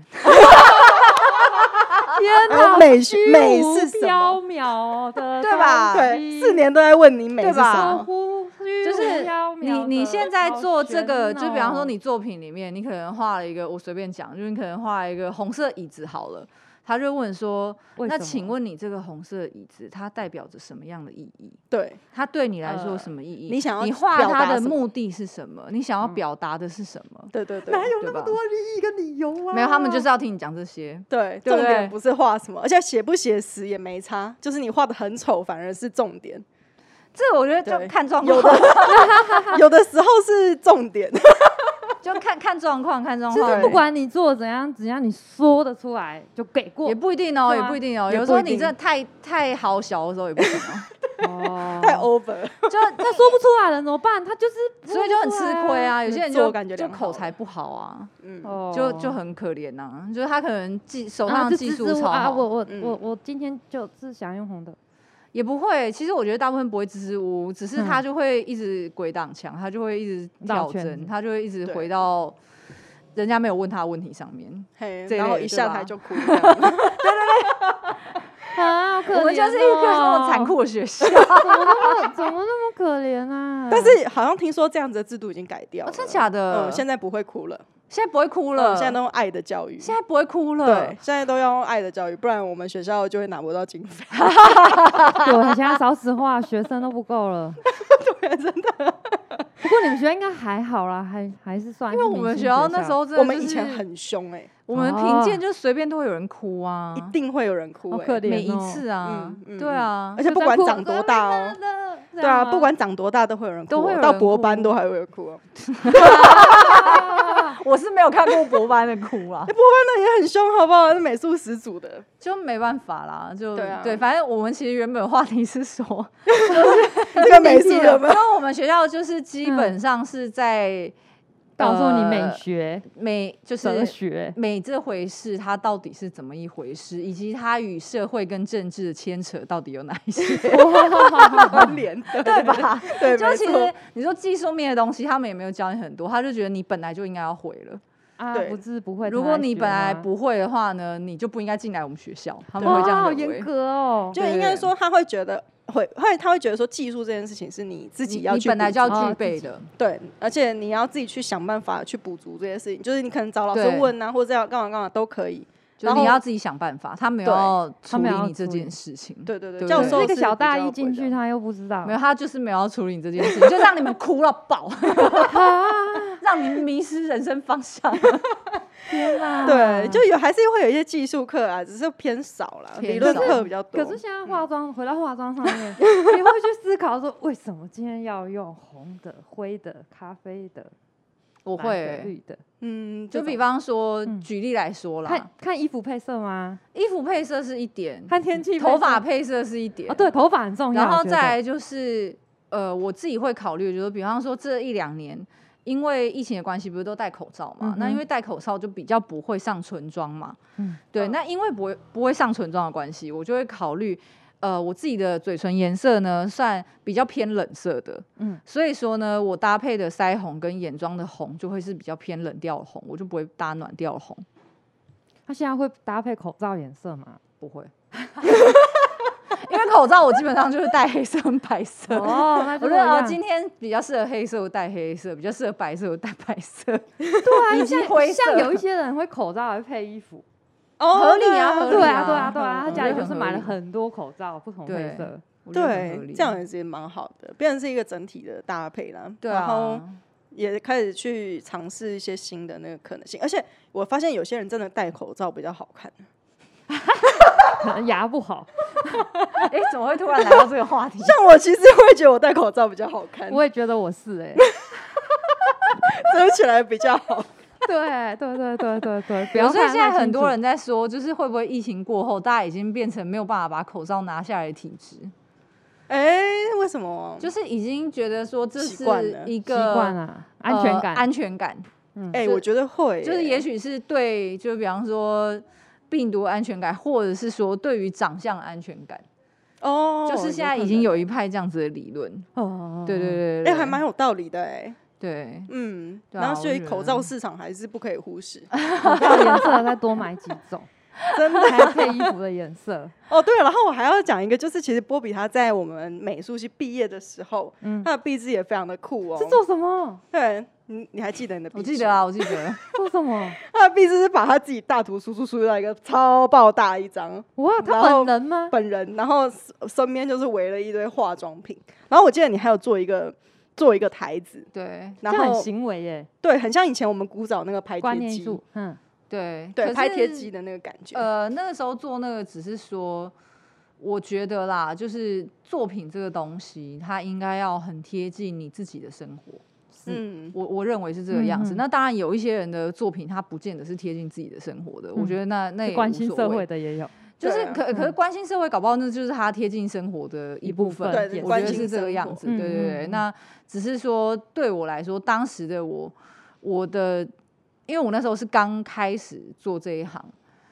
啊
天
还有
哪，
美学
虚
美
无
是什么？
缥缈的
*laughs* 对吧
东
对，
西
四年都在问你美是
对吧
什
超
么？
乎虚
就是
无缥缈
你
聊
你
得
现在
好
做这
悬
个，就比方说
哦
你作品里面，你可能画了一个，我随便讲，就是你可能画了一个红色椅子好了，他就问说，
为
那
什
请
么
问你这个红色椅子它代表着什么样的意义？
对，
它对你来说有
呃
什么意义？
你想要
你画
表
它
达
的
什么
目的是什么？你想要
嗯
表达的是什么？
对对对，
哪有
对
那么
吧
多利益跟理由啊？
没有，他们就是要听你讲这些。
对，
对不
重
对
点不是画什么，而且写不写实也没差，就是你画的很丑反而是重点，
这个我觉得就
对
看状
有
况，
的
*laughs*
有的时候是重点，
哦就看看状况，看状
就是
况。
不管你做怎样，只要你说得出来，就给过
也。不一定哦，
是
也
吗
不一定哦。
也
有
不
时候
一
你
定
真的太太好小的时候也不行哦。
哦
太 over，
就他说不出来了怎么办？他就是不
所
会
以就很
出
吃
来
亏
啊。
啊。有些人
自我
就
感觉
就
良
口
好
才不好啊，
嗯，
哦
就就很可怜呐、就是他可能技手
啊
上
就
技
支
术
支吾
超
啊，
好，
我我我
嗯
我今天就是想用红的，
也不会。其实我觉得大部分不会支支吾吾，只是他
嗯
就会一直鬼挡墙，他就会一直
绕
跳
圈
针，
子
他就会一直
对
回到人家没有问他的问题上面。
嘿，
这
然后
类
一
对
下
吧
台就哭了这
*laughs*
样子，
啊，好可怜、哦。哦
我们就是一个这么残，酷的学校。 *laughs*
怎么那么怎么那么可怜啊？
但是好像听说这样子的制度已经改掉
哦
了，
真假的？
嗯，现在不会哭了，
现在不会哭
哭
了，
嗯现在都用爱的教育，
现在不嗯会哭了。
对，现在都要用爱的教育，不然我们学校就会拿不到经费。
*laughs*
啊
对，现在少子化，学生都不够
*laughs*
了。对，真
啊
的。不过你们学校应该还好啦，还还是算。
因为我们学校那时，候真的、
我们以前，很凶哎、
我们评鉴
哦
就随便都会有人哭啊，
一定会有人哭
好
哎、
可怜
每一
哦
次啊，
嗯嗯
对啊，
而且不管长多大哦、
对
对啊，不管长多大都会有人哭、
都会有
哦，到
人
博
哭啊
班都还会有哭、哦，
我是没有看过博班的哭啊
哎、，博班的也很凶，好不好？是美术始祖的，
*laughs* 就没办法啦，就
对啊
反正我们其实原本话题是说，
这个美术
*laughs* 因
有没有？
为我们学校就是基本上是在
告诉你
呃
美学、
美，就是嗯
哲学，
美这回事，它到底是怎么一回事，以及它与社会跟政治的牵扯到底有哪一些，
关联的，
对吧？
*laughs* 对，
就
没
其
错
实你说技术面的东西，他们也没有教你很多，他就觉得你本来就应该要会了。
啊，
对
不知不会。
如
才
果
来
你
学
本来
吗，
不会的话呢，你就不应该进来我们学校，他们
哇，
会这样
好
认为
严格哦。
就
对
应
对
该
对
说他会觉得会会，他会觉得说技术这件事情是你自己
你
要
你
去
本来
补
就要
足
哦
具
自
备
己
的。
对，而且你要自己去想办法去补足这些事情，就是你可能找老师
对
问啊，或者要干嘛干嘛都可以。
就是
然
你
后
要自己想办法，他没有
对
要处
他没
理
有要
你这
处理
件事情。
对对
对
对，教
对
授
这个
是
小
比
大
较
一
不
进
会
去，
的，
他又不知道
没。有，他就是没有要处理你这件事
*laughs*
情，就让你们哭到爆，让你迷失人生方向。 *laughs*
天哪！
啊
对，就有还是会有一些技术课啊，只是偏少啦，
偏
理论
少
课比较多。
可是现在化妆，回到化妆上面，
*laughs*
你会去思考说，为什么今天要用红的、灰的、咖啡的、
我
我
会，欸
绿的？
嗯，
就
这
比
种
方说，
嗯
举例来说啦
看，看衣服配色吗？
衣服配色是一点，
看天气配色？
嗯头发配色是一点
啊，，对，头发很重要。
然后
我觉
再
得
来就是，呃，我自己会考虑，就是比方说这一两年。因为疫情的关系，不是都戴口罩嘛？
嗯
那因
哼
为戴口罩就比较不会上唇妆嘛。
嗯
对，
嗯
那因为不会不会上唇妆的关系，我就会考虑，呃，我自己的嘴唇颜色呢算比较偏冷色的，
嗯，
所以说呢，我搭配的腮红跟眼妆的红就会是比较偏冷调的红，我就不会搭暖调的红，
他现在会搭配口罩颜色吗？*laughs*
不会。因为口罩我基本上就是戴黑色跟白色，
哦，
*laughs*
那
我
就是
觉得
一
*laughs* 哦，
样
今天比较适合黑色，我戴黑色；比较适合白色，我戴白色。 *laughs*
对啊，
以
就
及灰
像像
色
有一些人会口罩还配衣服，
哦
合理啊合理
对啊，对啊，
嗯
对啊，他
我
家
觉
里
得
就是
很
买
合
了
理
很多口罩，不同
对
配色。
我觉得很合
对
理，
这样也是蛮好的，变成是一个整体的搭配啦。
对
然
*laughs*
后
啊，
也开始去尝试一些新的那个可能性，而且我发现有些人真的戴口罩比较好看。
可能 *laughs* 牙不
*laughs*
好，
哎，怎么会突然来到这
*laughs*
个话题？
像我其实会觉得我戴口罩比较好看，
我也觉得我是
*laughs*
哎、
遮起来比较好。
对对对对对对，不
比如
要
说
看
现
太
在很
清
多
楚
人在说，就是会不会疫情过后，大家已经变成没有办法把口罩拿下来的体质，
哎、为什么？
就是是已经觉得说这
习
是
惯了
一
习
个
惯啊，安全
呃
感，
安全感
哎、
就
我觉得会耶、
就是也许是对，就比方说病毒安全感，或者是说对于长相安全感，
哦，
就是现在已经有一派这样子的理论。
哦
对对，对
可
对，
能哎、还蛮有道理的哎、
对。
嗯，
对啊
然后所
我
以
觉得
口罩市场还是不可以忽视。
*laughs*
口罩颜色再多买几种，
真的。
还要配衣服的颜色，
哦，对，然后我还要讲一个，就是其实波比他在我们美术系毕业的时候，
嗯
他的壁纸也非常的酷哦。
是做什么？
对，你你还记得你的壁
我
纸？
记得啊，，我记得。
做什么？
*laughs* 他的壁纸是把他自己大图输出输到一个超爆大一张，
哇，
然
他
后
本人吗？
本人，然后身边就是围了一堆化妆品，然后我记得你还有做一个做一个台子，
*laughs* 对
这
然
样很
后
行为耶，
对，很像以前我们古早那个拍
观
贴
念艺
机
术，，嗯，
对
对，拍贴
机。
机的那个感觉，
呃，那个时候做那个只是说，我觉得啦，就是作品这个东西，它应该要很贴近你自己的生活。
嗯，
我我认为是这个样子。
嗯嗯
那当然有一些人的作品，它不见得是贴近自己的生活的。我
嗯
觉得那那
是
也
关
无
心
所
社
谓
会，的也有，
就是
对啊
可可是
嗯
关心社会，搞不好那就是他贴近生活的一
一
部
部
分。
分
对
我
关
觉得
心
是这
生
个样
活
子。对对
嗯嗯
对，
嗯
那只是说对我来说，当时的我，我的，因为我那时候是刚开始做这一行，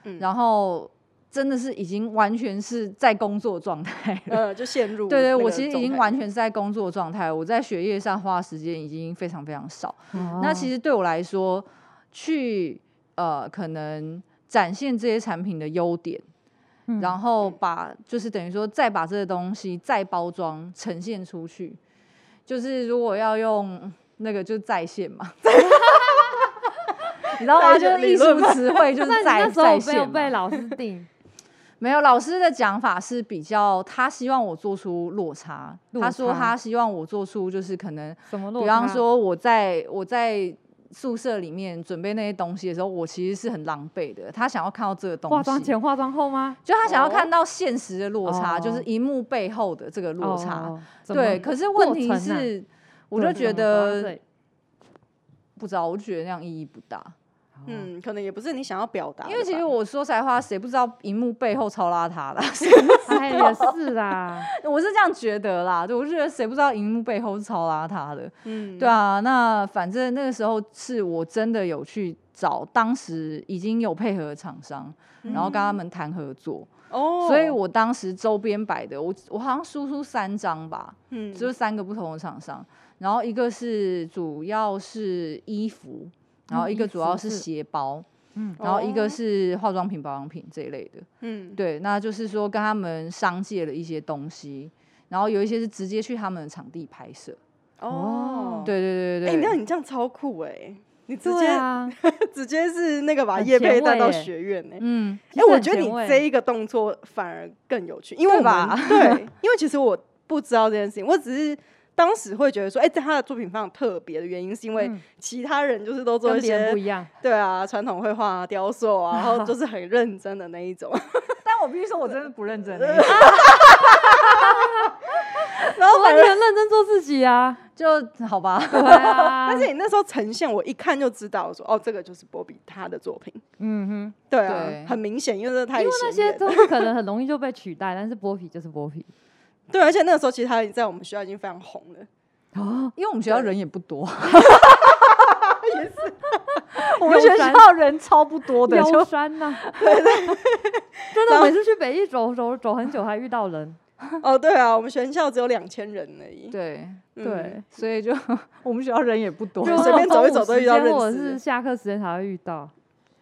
嗯
然后真的是已经完全是在工作状态了。
呃，就陷入
*laughs* 对对，
那
我
个
其实已
状
经
态
完全是在工作状态，我在学业上花的时间已经非常非常少。 *laughs*
哦
那其
实
实对我来说，去呃可能展现这些产品的优点，
嗯
然后把就是等于说再把这个东西再包装呈现出去，就是如果要用那个就在线嘛。 *laughs* 你知道吗？
在
就
线
是
理
艺
论
术
嘛
词汇，就是
那你
在
那时
在
候没
线
有
嘛。
被老师
*laughs*
定，
没有，老师的讲法是比较，他希望我做出落差。
落
他说
差
他希望我做出就是可能，
什么落
比方
差，
说我在我在宿舍里面准备那些东西的时候，我其实是很狼狈的。他想要看到这个东西，
化妆前、化妆后吗？
就他想要
哦
看到现实的落差，
哦
就是荧幕背后的这个落差。
哦，怎么
对，可是问题
过程啊
是，我
对
就
怎
觉
么走到
得
这里
不知道，我就觉得那样意义不大。
哦
*laughs*
嗯，可能也不是你想要表达的吧，
因为其实我说实在话，谁不知道荧幕背后超邋遢的？
哎，也是啊啦，
*laughs* 我是这样觉得啦，对，我是觉得谁不知道荧幕背后是超邋遢的，
嗯，
对啊。那反正那个时候是我真的有去找当时已经有配合的厂商，
嗯
然后跟他们谈合作，
嗯哦，
所以我当时周边摆的，我我好像输出三张吧，
嗯
就是三个不同的厂商，然后一个是主要是衣服，然后一
嗯
个
衣服
主要是
是
鞋包，
嗯，
然后一
哦
个是化妆品、保养品这一类的。
嗯
对，那就是说跟他们商借了一些东西，然后有一些是直接去他们的场地拍摄。
哦
哦，
对对对
哎，
对
那
对，
你这样超酷哎，你直
对
接
啊，
直接是那个把
很
叶佩
前
带
卫
到
耶
学院呢、欸。
嗯，
其
哎、
实
我
很
觉得
前
你
卫欸
这一个动作反而更有趣，因为
对
我
*laughs*
吧
们对，因为其实我不知道这件事情，我只是当时会觉得说，哎、这他的作品非常特别的原因，是因为
嗯
其他人就是都做
跟
一
别人
些
不一
*laughs*
样，
对啊，传统绘画、啊、雕塑啊，然
*laughs*
后就是很认真的那一种，
*laughs* 但我必须说，我真的不认真欸
然后
完
反
全
而。
认真做自己啊，
就好吧。
对 *laughs* 啊，
但是你那时候呈现，我一看就知道说，哦，这个就是波比他的作品，
嗯哼，
对啊，
对
很明显，因为这太
因为那
显
些
眼了
东西可能很容易就被取代，但是剥皮就是剥
*laughs*
皮
对，而且那个时候其实他已经在我们学校已经非常红
*laughs*
了，
哦，
因为我们学校人也不 *laughs* 多，我
们
们学
学
校人超不多的，
腰
就
酸
*laughs*
呐、 *laughs* 真的每次去北艺走走走很久还遇到人，
哦，对啊，我们学校只有两千人而已，
对，
嗯
对，
所以就我们学校人也不多。
就随便走一走都遇到认识的
我是下课时间才会遇到，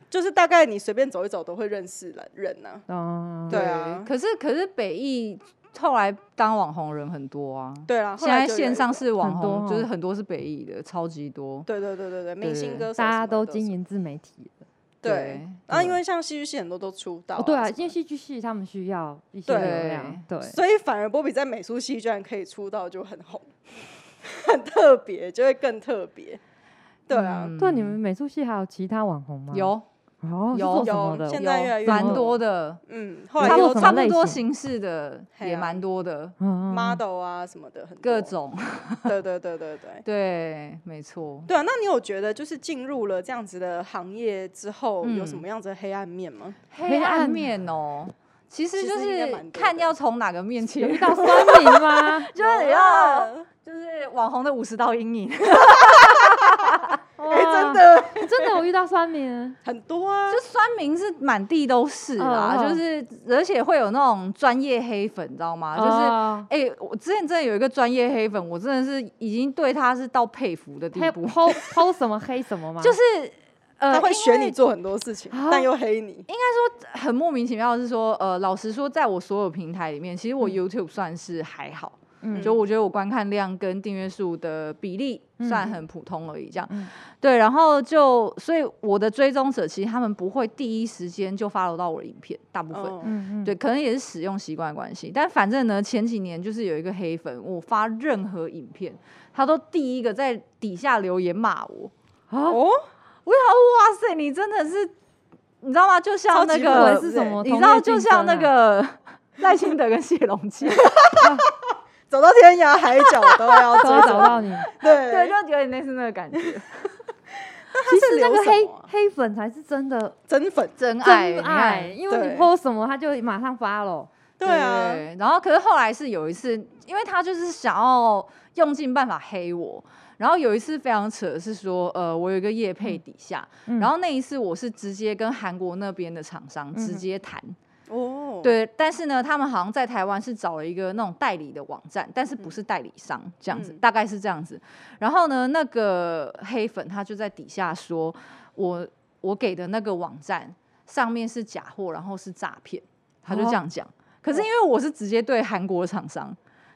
就是大概你随便走一走都会认识人人呐、
嗯，
对啊
可是可是北艺后来当网红人很多啊，
对啦，后
现
来
在
就有
线上
一
是网
很多
红，
哦
就是很多是北艺的，超级多
个，。对对对对对，明星
对
歌手
大家
什么
都
的
经营自媒体了。
对。然
嗯
后因为像戏剧系很多都出道、
哦，对啊，
什
因为戏剧系他们需要一些
对
流量，对，
么所以反而波比在美术系居然可以出道就很红， *laughs* 很特别，就会更特别。对啊，
嗯
对，你们美术系还有其他网红吗？，
有
哦，是
有
做什么
有，
的？
现在
有
越来越
蛮
多
多的，
嗯，后来
差
你
又
不
做什
多差
么
不
类
多
型
形式的
嘿
也
啊
蛮多的，
嗯，嗯
model 啊什么的，很多
各。种
*laughs* 对对对对对。
对，没错。
对啊，那你有觉得就是进入了这样子的行业之后，有什
嗯
么样子的黑暗面吗？
黑暗
暗
面哦，其实
其
就
实应该蛮
是
多
看
的
要从哪个面切
有遇
*laughs*
入，
到酸民吗？
就是
有啊
要就是网红的五十道阴影。
哎
真的
*laughs* 真的，我遇到酸民，
很多啊
就，酸民是满地都是啦，
嗯嗯
就是而且会有那种专业黑粉，你知道吗？就是。
哦
哎、我之前真的有一个专业黑粉，我真的是已经对他是到佩服的地
还有
步，
抛抛什么黑什么吗？
就是呃，
他会
因
学
为
你做很多事情，
啊
但又黑你。
很莫名其妙的是说，呃，老实说，在我所有平台里面，其实我 YouTube 算是还好，
嗯
就我觉得我观看量跟订阅数的比例算很普通而已，这样。
嗯
对，然后就所以我的追踪者其实他们不会第一时间就 follow 到我的影片，大部分。
嗯
嗯嗯，
对，可能也是使用习惯的关系，但反正呢，前几年就是有一个黑粉，我发任何影片，他都第一个在底下留言骂我，
啊，
哦，
我想哇塞，你真的是，你知道吗？就像那
超级不
个
文
我
思
是什么？
你知道，就像那，
啊
个 *laughs* 赖清德跟谢龙介，
走到天涯海 *laughs* 角都要
都会找
追踪。
到你。
对
*laughs* 对，就有点类似那个感觉。
他
其
是
实那
留
个
什
黑
么啊
黑粉才是真的
真粉。
真
真
爱，哎你
爱，
看
因为你
对
po 什么他就马上发了。
对啊，
对然后可是后来是有一次，因为他就是想要用尽办法黑我。然后有一次非常扯的是说，呃，我有一个业配底下，
嗯
然后那一次我是直接跟韩国那边的厂商直
嗯哼
接谈，
哦，，
对，但是呢，他们好像在台湾是找了一个那种代理的网站，但是不是代理商这样子，
嗯
大概是这样子。然后呢，那个黑粉他就在底下说，我我给的那个网站上面是假货，然后是诈骗，他
哦
就这样讲。可是因为我是直接对韩国厂商，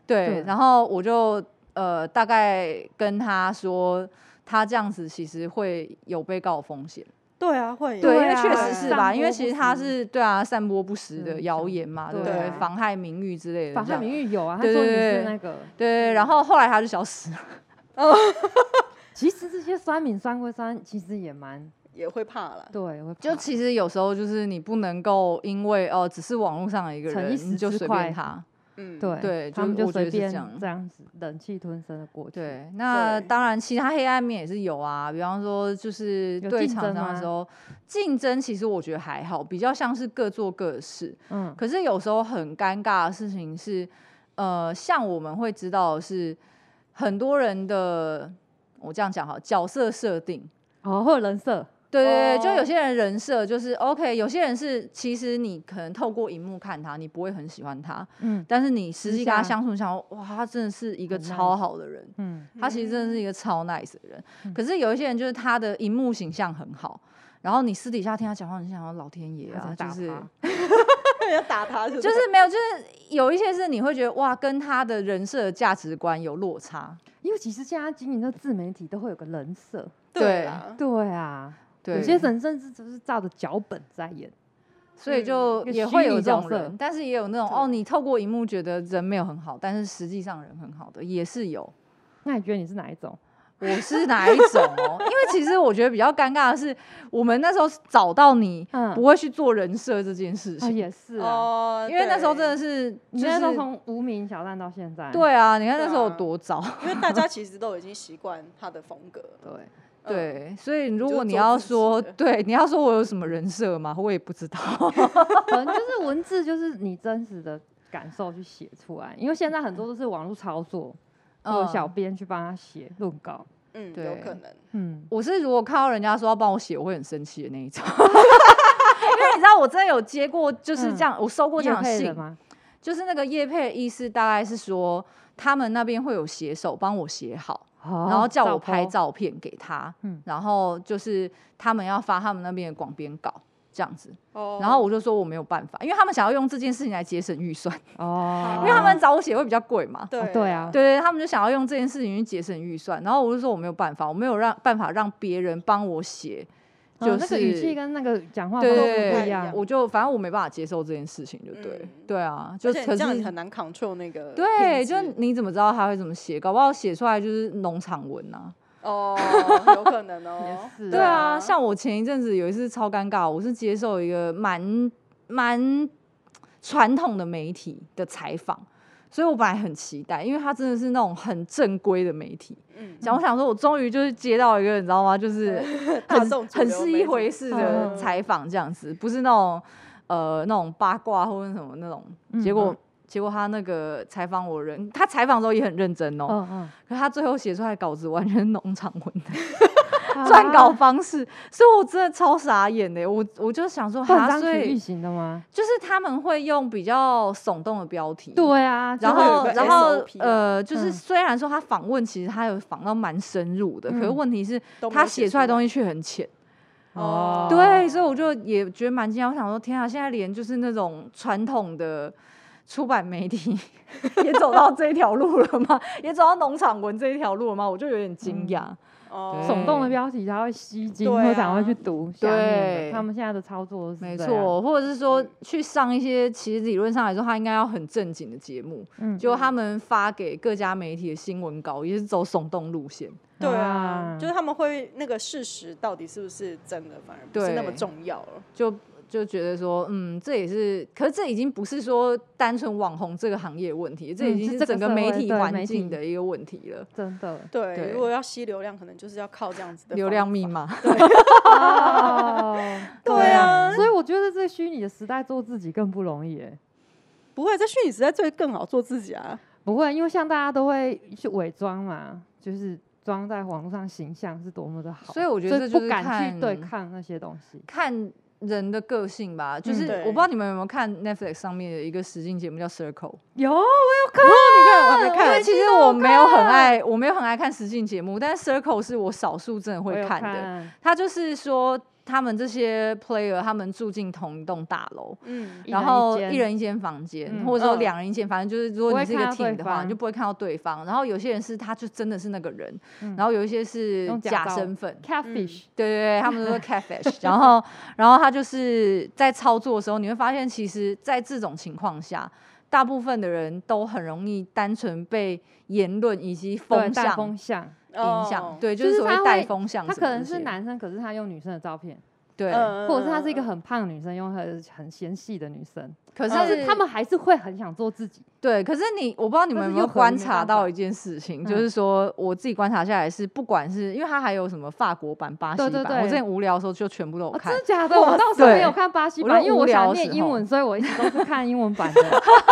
对，
对
然后我就呃大概跟他说。他这样子其实会有被告风险，
对啊，会有
对，因
对
为
啊
确实
散
是吧？
播
因为
不
其实他
实
是对啊，散播不实的
嗯
谣言嘛，对不
对
对
啊？
妨害名誉之类的
法
这
害
样，
名誉有啊，他
对
说你
对
是
对
那个。
对，然后后来他就消失了。
其实这些酸民酸归酸，其实也蛮
也会怕啦。
对，会
就
怕
其实有时候就是你不能够因为哦，只是网络上的一个
逞一
人你
时
就
之
随
快
便他。
嗯，
对，
对
他
就
们就
我觉
随
得是这
便
样啊
这样子忍气吞声的过去。，
对，那当然，其他黑暗面也是有啊，比方说就是
有
对
竞
厂
争
商的
吗
时候，竞争其实我觉得还好，比较像是各做各的事。
嗯，
可是有时候很尴尬的事情是，呃，像我们会知道的是很多人的，我这样讲好，角色设定，
哦，或者人设，
对对对，就
哦
有些人人设就是 OK，有些人是其实你可能透过荧幕看他，你不会很喜欢他，
嗯
但是你实
私
际跟他
下
相处，想说哇，他真的是一个
很
超
nice
好的人，
嗯，
他其实真的是一个超 nice 的人。
嗯
可是有一些人就是他的荧幕形象很好，然后你私底下听他讲话，你想说老天爷啊，
他
就
直接
是
打
那要打他 *laughs* 是不
就是没有，就是有一些是你会觉得哇，跟他的人设的价值观有落差，
因为其实现在经营的自媒体都会有个人设，
对啦，
对啊，
对，
有些人甚至就是照着脚本在演，
所以
嗯
就
一个
也
虚
会
拟
有这
角
种
色
人，但是也有那种
对
哦，你透过荧幕觉得人没有很好，但是实际上人很好的也是有。
那你觉得你是哪一种？
我是哪一种哦？因为其实我觉得比较尴尬的是，我们那时候找到你
嗯
不会去做人设这件事
啊，
情，
也是啊，
哦，
因为那时候真
对
的是
你
就
那时候
是
从无名小站到现在， *laughs*
对啊，你看
对
那时候有
啊
多早，
因为大家其实都已经习惯他的风格
对，
了。嗯，
对，所以如
就
果
是
你
做
要
自己
说
的
对你要说我有什么人设吗？我也不知道。
可能就是文字就是你真实的感受去写出来，因为现在很多都是网络操作，或者小
嗯
编去帮他写论稿，
嗯，
对
有可能。
嗯，
我是如果看到人家说要帮我写，我会很生气的那
*laughs*
一种。因为你知道，我真的有接过就是这样，我收过这样
嗯
的
业配
信
的，吗？
就是那个叶配的意思大概是说，他们那边会有写手帮我写好，
然
然后叫我拍，照片给他，
哦嗯
然后就是他们要发他们那边的广编稿这样子，
哦
然后我就说我没有办法，因为他们想要用这件事情来节省预算，
哦，
因为他们找我写会比较贵嘛。
对
哦对啊
对对，他们就想要用这件事情去节省预算，然后我就说我没有办法，我没有让办法让别人帮我写，
哦
就是、
那个语气跟那个讲话方
对
式
对
不
对
一样，，
我就反正我没办法接受这件事情，就对、
嗯
对啊，就
而且
可
你这样
是
你很难 control 那个
对，
品质
就你怎么知道他会怎么写？搞不好写出来就是农场文啊。
哦，有可能
*laughs*
哦
也是
对啊，像我前一阵子有一次超尴尬，我是接受一个蛮蛮传统的媒体的采访，所以我本来很期待，因为他真的是那种很正规的媒体。
嗯，
讲，我想说，我终于就是接到一个你知道吗？就是
大
很
众主
很
流
是
媒
一
体
回事
嗯
的
嗯
采访这样子，不是那种呃那种八卦或者什么那种。
嗯
结果结果他那个采访我的人，他采访的时候也很认真哦，
嗯
可是他最后写出来的稿子完全是农场文的
嗯，
*laughs* 撰稿
啊
方式，所以我真的超傻眼的。我我就想说，
断
哈，
章
所
取义
以
型的吗？
就是他们会用比较耸动的标题，
对啊，就
然
会有
后
一，个
然后
SOP 啊
呃，就是
嗯
虽然说他访问，其实他有访到蛮深入的，可是
嗯
问题是
都没
他
有写
写出
出
来
来
的东西却很浅。
哦
对，所以我就也觉得蛮惊讶，我想说天啊，现在连就是那种传统的。出版媒体 *laughs* 也走到这一条路了吗？ *laughs* 也走到农场文这一条路了吗？我就有点惊讶。
哦
对
耸动的标题，它会吸睛，
对
会想
啊
会去读下面
对
的。他们现在的操作是
没
这样，
错，或者是说去上一些其实理论上来说，他应该要很正经的节目，
嗯，
结果他们发给各家媒体的新闻稿也是走耸动路线。
对啊
啊，
就是他们会那个事实到底是不是真的，反而不是那么
对
重要了。
就就觉得说，嗯，这也是，可是这已经不是说单纯网红这个行业的问题，这已
嗯
经
是
是
这
整
个社
个媒
会
体
对
环
媒
境
体
的一个问题了，
真
*laughs*
的
对，
对
如果要吸流量，可能就是要靠这样子的
流量密
方法。
码。
哦，
对啊，
所以我觉得这虚拟的时代做自己更不容易耶。
不会在虚拟时代最更好做自己啊。
不会，因为像大家都会去伪装嘛，就是装在网络上形象是多么的好，
所以我觉得这就
不
是
敢去对
看
抗那些东西。
*laughs* 看人的个性吧，就
嗯
是
对
我不知道你们有没有看 Netflix 上面的一个实境节目叫 *laughs* Circle，
有， *laughs* 我有哦看，
你看我还没
因为
看，
其实我没有很爱，我没有很爱看实境节目，但是 Circle 是我少数真的
我
会
有
看的。
看
他就是说，他们这些 player 他们住进同一栋大楼，
嗯，
一
然
人一
后
间
一人一间房间，
嗯
或者说
嗯
两人一间，反正就是如果
不会
你是一个
看到
team
对
的话，你
方
就不会看到对方。然后有些人是他就真的是那个人，
嗯
然后有一些是
用假
假
照
身份。
catfish，
对对对，他
*laughs*
们都说 catfish，然后然后他就是在操作的时候，你会发现，其实，在这种情况下，大部分的人都很容易单纯被言论以及
对，
风
带
向
风向，
影响，
哦，
对，就
就是是
所
他
谓带
会
风向
他
什么这些。
可能是呃男生，可是他用女生的照片，
对，
嗯
或者是他是一个很胖的女生，用很很纤细的女生，
可
但
是
呃是他们还是会很想做自己。
对，可是你我不知道你们
但是
有没
又
有
可能
观
没
察
办
到
法
一件事情，
嗯
就是说我自己观察下来是，不管是因为它还有什么法国版、巴西
对
版，
对
我
对
之前无聊的时候就全部都有
哦，
看。
真的假的？我倒是
对
没有看巴西
我
版，
就
因为
无
我
聊
想
的时
念英
候
文，所以我一直都是看英文版
*laughs*
的。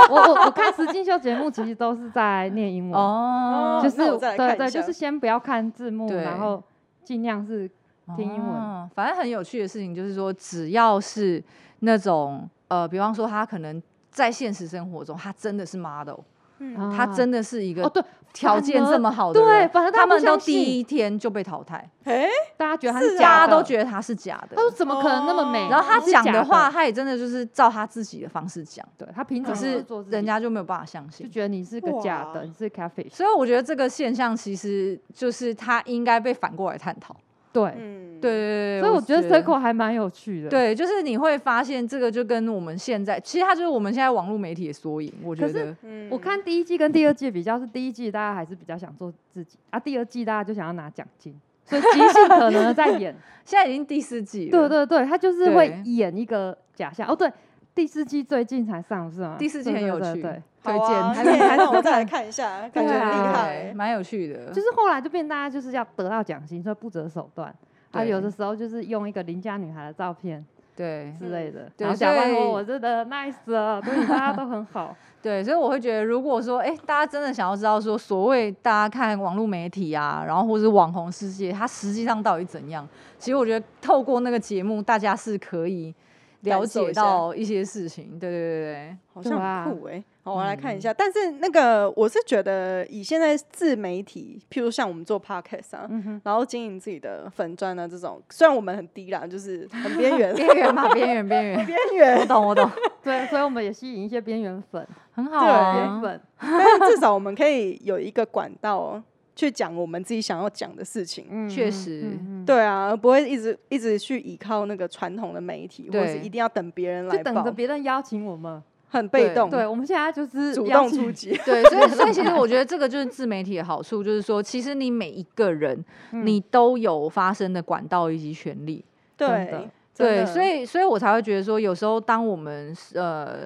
我我我看实境秀节目，其实都是在念英文，
哦，
就
哦
是
那我再来看
对对，
一
就
下
是先不要看字幕，
对
然后尽量是听英文
哦反正很有趣的事情就是说，只要是那种呃，比方说他可能在现实生活中，他真的是 model，、
嗯，
啊
他真的是一
哦
个
对，
条件这么好的
对
人
反而大家
他
不
们都
相
第
信
一天就被淘汰，
哎，
大家觉得他
是
是
啊
大
假
家
的，
都觉得他是假的
他。说怎么可能那么美？
然后他
是
讲
假
的
的
话，，他也真的就是照他自己的方式讲。
对他凭什
可
么
是
做自己
人家就没有办法相
就
信。
觉得你是个假的，
哇
你是 catfish，
所以我觉得这个现象其实就是它应该被反过来探讨。
对，
嗯，
对，对对对，
所以我觉得
circle
circle 还蛮有趣的，。
对，就是你会发现这个就跟我们现在，其实它就是我们现在网络媒体的缩影。我觉
可是
得
嗯
我看第一季跟第二季比较是，第一季大家还是比较想做自己啊，第二季大家就想要拿奖金，所以即兴可能地在 *laughs* 演。
现在已经第四季了，
对对对，他就是会
对
演一个假象。哦，对，第四季最近才上是吗？
第四季
对
很
对
有
对
趣嗯
对
推
好啊 *laughs*
荐，
那也那我再来看一下，感
对
觉很
啊
厉害
*laughs* 对
欸。
蛮有趣的。
就是后来就变大家就是要得到奖金，所以不择手段。啊，
对
有的时候就是用一个邻家女孩的照片
对
之类的，
嗯对
然后假扮
所以
说我真的 nice 了，对大家都很好。
对，所以我会觉得，如果说，哎，大家真的想要知道说，所谓大家看网络媒体啊，然后或是网红世界，它实际上到底怎样？其实我觉得透过那个节目，大家是可以了
感受
解
一下
到一些事情。对对对对。
好
对
像
啊嗯
很酷哎、好，我来看一下。但是那个，我是觉得以现在自媒体，譬如像我们做 podcast 啊，
嗯哼，
然后经营自己的粉砖啊，这种虽然我们很低啦，就是很边缘，
边缘嘛，边缘，边
*laughs*
缘，
边缘
我，懂，我懂，
对，所以我们也吸引一些边缘粉、
很好
边
啊
缘。粉。
但是至少我们可以有一个管道、哦、去讲我们自己想要讲的事情。
嗯
确
嗯
实
嗯嗯
对啊，而不会一直一直去依靠那个传统的媒体，或者是
对
一定要等别人来
就等着
报，
别人邀请我们。
很被动，
对，我们现在就是
主
邀
动
请
出击。
对，所以所以其实我觉得这个就是自媒体的好处，就是说，其实你每一个人，
嗯
你都有发声的管道以及权利。
真的
对
对，
真的
所以所以我才会觉得说，有时候当我们呃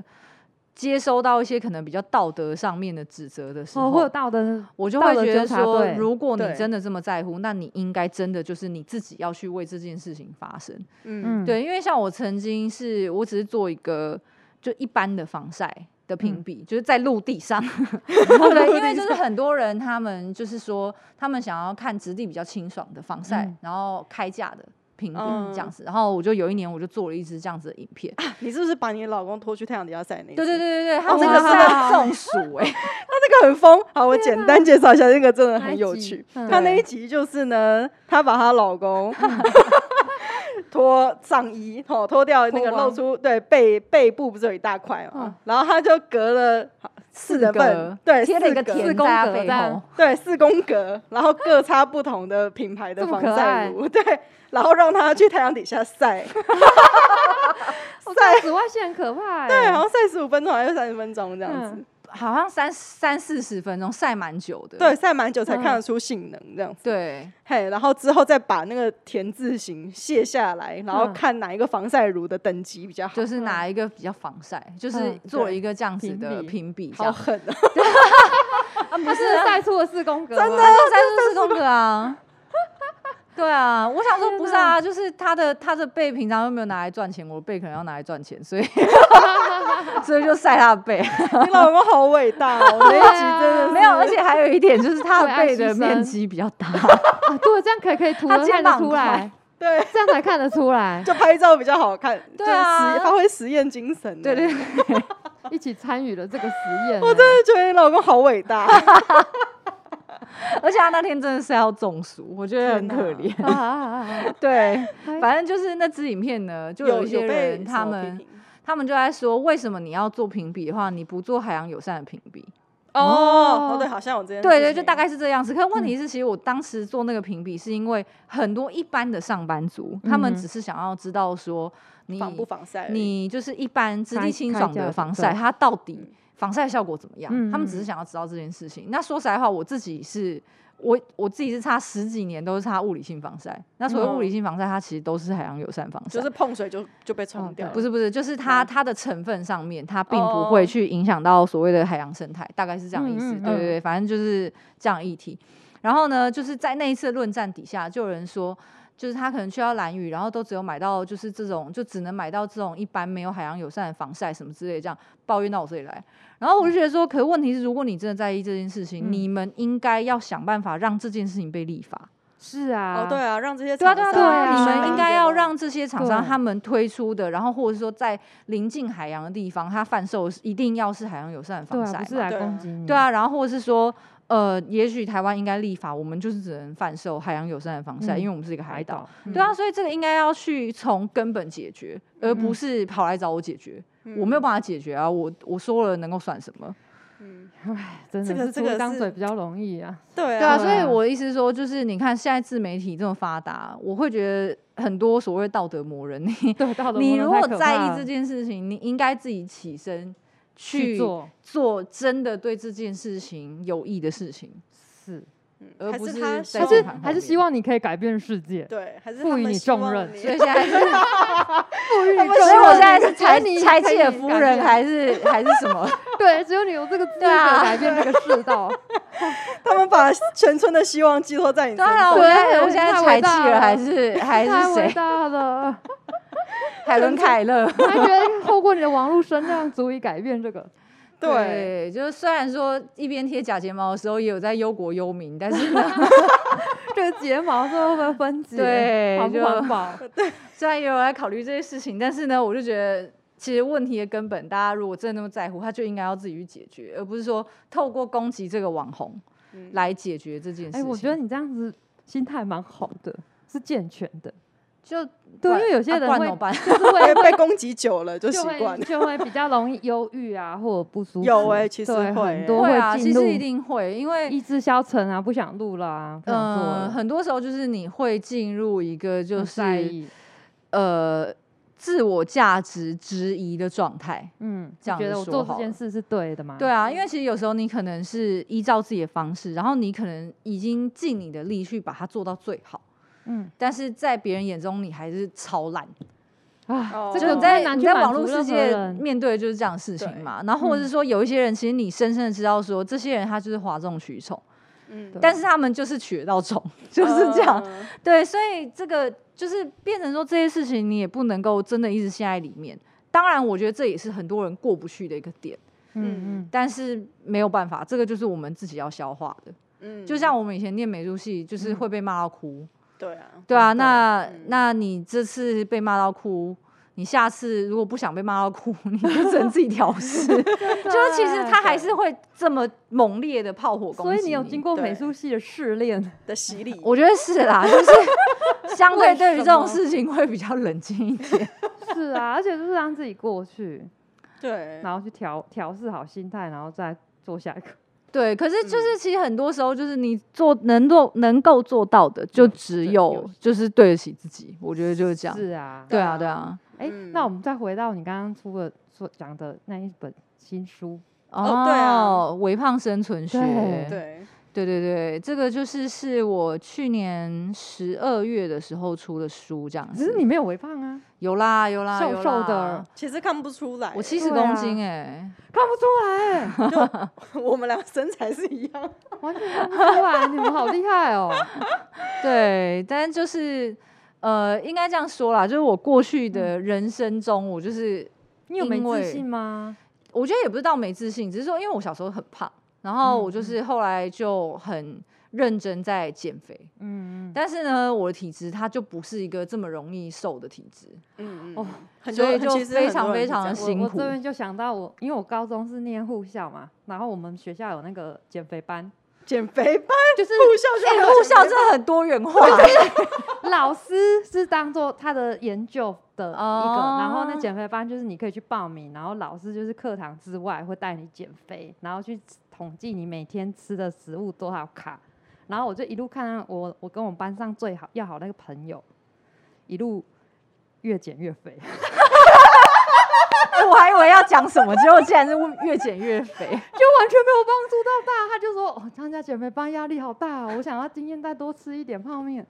接收到一些可能比较道德上面的指责的时候，嗯
哦，会有道德
我就
道
会
德
觉得
纠察
说，
队
如果你
对
真的这么在乎，那你应该真的就是你自己要去为这件事情发声。
嗯，
对，因为像我曾经是我只是做一个就一般的防晒的评
嗯
比，就是在陆地上，对，因为就是很多人他们就是说他们想要看质地比较清爽的防晒，
嗯
然后开价的评比
嗯啊
这样子，然后我就有一年我就做了一支这样子的影片，
嗯
你是不是把你的老公拖去太阳底下晒那一次？
对对对对对，他
哦
那
我
个
知
是在
道
中暑哎、
这个很疯。好，我简单介绍一下，这个真的很有
哪
趣。
一集嗯
她那一集就是呢，她把她老公。脱上衣，哦，脱掉那个
脱光
露出对背背部不是有一大块嘛，
嗯
然后他就隔了好四人份
格，
对，
贴了一个
四
甜
四
在
宫
他
格
背
这样
后，
对，四宫格，然后各擦不同的品牌的
这么
防
可
晒
爱
乳， *laughs* 对，然后让他去太阳底下晒，
哦，在紫外线很可怕、欸。
对，哦好像晒十五分钟还是三十分钟这样子，
嗯
好像三三四十分钟晒蛮久的。
对，晒蛮久才
嗯
看得出性能这样子，
对，
嘿，然后之后再把那个田字形卸下来，然后
嗯
看哪一个防晒乳的等级比较好，
就是哪一个比较防晒，就是
嗯
做
对
一个这样子
评
的
比
评比，这
好
样
狠
*laughs*
啊！
啊，不是晒出了四宫格吗， *laughs* 真
啊三十四公克 *laughs* 啊。对啊，我想说不是啊，就是他的他的背平常又没有拿来赚钱，我的背可能要拿来赚钱， *laughs* 所以
啊
所以就晒他的背， *laughs*
你老公好伟大哦，那一集真的是
没有，而且还有一点就是他的
为爱
*laughs* 背的
牺牲
面积比较大，
啊，对，这样可以可以图
他
得
肩
看得
膀
出
宽
来，
对，
这样才看得出来，
就拍照比较好看，就
对
是
啊
实发挥实验精神啊，
对对
一起参与了这个实验欸、
我真的觉得你老公好伟
*laughs*
大，
*laughs* 而且他那天真的是要中暑，我觉得很
天哪
可怜。
啊啊啊啊啊！
对，
哎
反正就是那支影片呢， *laughs* 就
有
一些
有被
人他
什么批
们
评
他们就在说，为什么你要做评比的话，你不做海洋友善的评比？
哦，哦对，好像我之前
对对，就大概是这样子。可是问题是，其实我当时做那个评比，是因为很多一般的上班族，他们
嗯
只是想要知道说你
防不防晒而已，
你就是一般质
开
地清
开
爽
价
的
的
防
对
晒，它到底
嗯
防晒效果怎么样？
嗯
他们
嗯
只是想要知道这件事情。那说实在话，我自己是。我我自己是差十几年都是差物理性防晒，那所谓物理性防晒，它其实都是海洋友善防晒，
就是碰水就就被冲
哦
掉了，
对
不是不是，就是它
嗯
它的成分上面，它并
哦
不会去影响到所谓的海洋生态，大概是这样意思。
嗯嗯
对对对，反正就是这样议题。然后呢，就是在那一次论战底下，就有人说，就是他可能去到蓝屿，然后都只有买到就是这种，就只能买到这种一般没有海洋友善的防晒什么之类，这样抱怨到我这里来。然后我就觉得说，可问题是，如果你真的在意这件事情，
嗯
你们应该要想办法让这件事情被立法。
*laughs* 是啊，
哦，对啊，让这些
对啊，对
厂
啊，
商
对
对
啊，
啊
你们应该要
对
让这些厂商
对
他们推出的，然后或者说在临近海洋的地方，它贩售是一定要是海洋友善的
对
防
啊，
晒
不是
嘛
来
对啊
攻击你，
对，啊，然后或者是说，呃，也许台湾应该立法，我们就是只能贩售海洋友善的防晒，
嗯
因为我们是一个海
海
岛。
岛，
嗯
对啊，所以这个应该要去从根本解决，而不
嗯
是跑来找我解
嗯
决。我没有办法解决啊，我我说了能够算什么？
嗯
真
这
的
个
是
这
出
个
一张
是
嘴比较容易啊，
对
对啊，
啊，
所以我的意思是说，就是你看现在自媒体这么发达，我会觉得很多所谓道德魔人，你
对，道德
你
沦
如
太
果
可
在
怕
意这
了
件事情，你应该自己起身去
去做
做真的对这件事情有益的事 *laughs* 情，
是，
嗯
而
还
不
是
是
他
在
希
还
键
是
望
盘
还
后
是希
面
望你可以改变世界，
对，还是
赋
他
予
们
你
希望
重任
所以
你
现在 *laughs* 是，
赋 *laughs* 予你
所以我现在是
才
柴柴契尔夫人还 *laughs* 是还是什么？
对，只有你有这个资格
对啊
改变这个世 *laughs* 道。
*laughs* 他们把全村的希望寄托在你身
当然，
上
我。现在我现
太
在
伟
柴
大
契尔还
了
*laughs* 是还
太
是
伟
谁？
大了！
海伦凯勒。
我还觉得透过你的网络声量足以改变这个。
对，
就是虽然说一边贴假睫毛的时候也有在忧国忧民，但是呢，
*laughs* 这个睫毛最后会分解，
对
环不
就
环 *laughs* 保？
虽然也有在考虑这些事情，但是呢，我就觉得其实问题的根本，大家如果真的那么在乎，他就应该要自己去解决，而不是说透过攻击这个网红
嗯
来解决这件事情。
哎，我觉得你这样子心态蛮好的，是健全的。
就
对，哦
不
因
然
为有些
啊
人
不然
会
怎么办？
*laughs* 就是会
被被攻击久了就习
就
惯
会
了。
就会比较容易忧郁啊，或者不舒服。
有哎其实
对
会
很
哎
多
啊，
会
其
进
实一
入
定会，因为
意志消沉啊，不想录了啊，不想做
呃，
了，
很多时候就是你会进入一个就
不在
是
意。
呃自我价值质疑的状态。
嗯，
这
就
样
觉
子
得我
说
做这
好
件
了
事是对的吗？
对啊，因为其实有时候你可能是依照自己的方式，然后你可能已经尽你的力去把它做到最好，
嗯
但是在别人眼中你还是超烂。
啊，
哦
这
就
个
你
很
在
难
你
去
在
满
网
足
络世
任何
界
人嗯
面对的就是这样的事情
对
嘛，然后或者是说有一些人，其实你深深的知道说这些人他就是哗众取宠，
嗯
对
但是他们就是取得到宠， *laughs* 就是这样。
嗯
对，所以这个就是变成说这些事情你也不能够真的一直陷在里面。当然，我觉得这也是很多人过不去的一个点，
嗯嗯，
但是没有办法，这个就是我们自己要消化的。
嗯
就像我们以前念美术系，就是会被骂到哭。
对啊，
对啊，
真的
那
嗯
那你这次被骂到哭，你下次如果不想被骂到哭，你就只能自己调
*laughs*
试。 *laughs* 就是其实他还是会这么猛烈的炮火攻击。
所以你有经过美
对
术系的试炼，
的洗礼。
*laughs* 我觉得是啦，就是 *laughs* 相对
为
对于
什
这种
么
事情会比较冷静一点。
*laughs* 是啊，而且就是让自己过去，
对，
然后去调调试好心态，然后再做下一个。
对，可是就
嗯
是其实很多时候就是你做能做能够做到的，就只
对
有
有
就是对得起自己，我觉得就是这样。
是啊，
对
啊
啊，对啊。
哎、
嗯
那我们再回到你刚刚出的说讲的那一本新书，
哦对啊
哦，微胖生存学，
对
对，
对对对，这个就是是我去年十二月的时候出的书，这样
只
子
是。你没有微胖啊，
有啦有啦，
瘦
有
瘦的
啦
其实看不出来欸，
我七十
对
公
啊
斤哎、
看不出来、
欸我们俩身材是一
哦
样，
完全看不出来，你们好厉害 *laughs* 哦！
对，但就是呃，应该这样说啦，就是我过去
嗯
的人生中，我就是
你有没
因为
自信吗？
我觉得也不是到没自信，只是说因为我小时候很胖，然后
嗯
我就是后来就很认真在减肥，
嗯，
但是呢，我的体质它就不是一个这么容易瘦的体质，
嗯
哦
很
所
多
以
人
就
其实
非
很
常
多人
非
是
常
这样
的辛
我
苦
我这边就想到我，因为我高中是念护校嘛，然后我们学校有那个减肥
*laughs*
班，
减肥吧， *laughs*
就是
护校就
哎、
还有
护
减
校
肥
真的很多元化，
老师是当做他的研究的一个，
哦
然后那减肥班就是你可以去报名，然后老师就是课堂之外会带你减肥，然后去统计你每天吃的食物多少卡，然后我就一路看到我我跟我班上最好要好那个朋友，一路越减越肥， *laughs*
哎我还以为要讲什么，结果竟然是越减越肥。
就完全没有帮助到他，他就说哦，参加减肥班压力好大、哦，我想要今天再多吃一点泡面。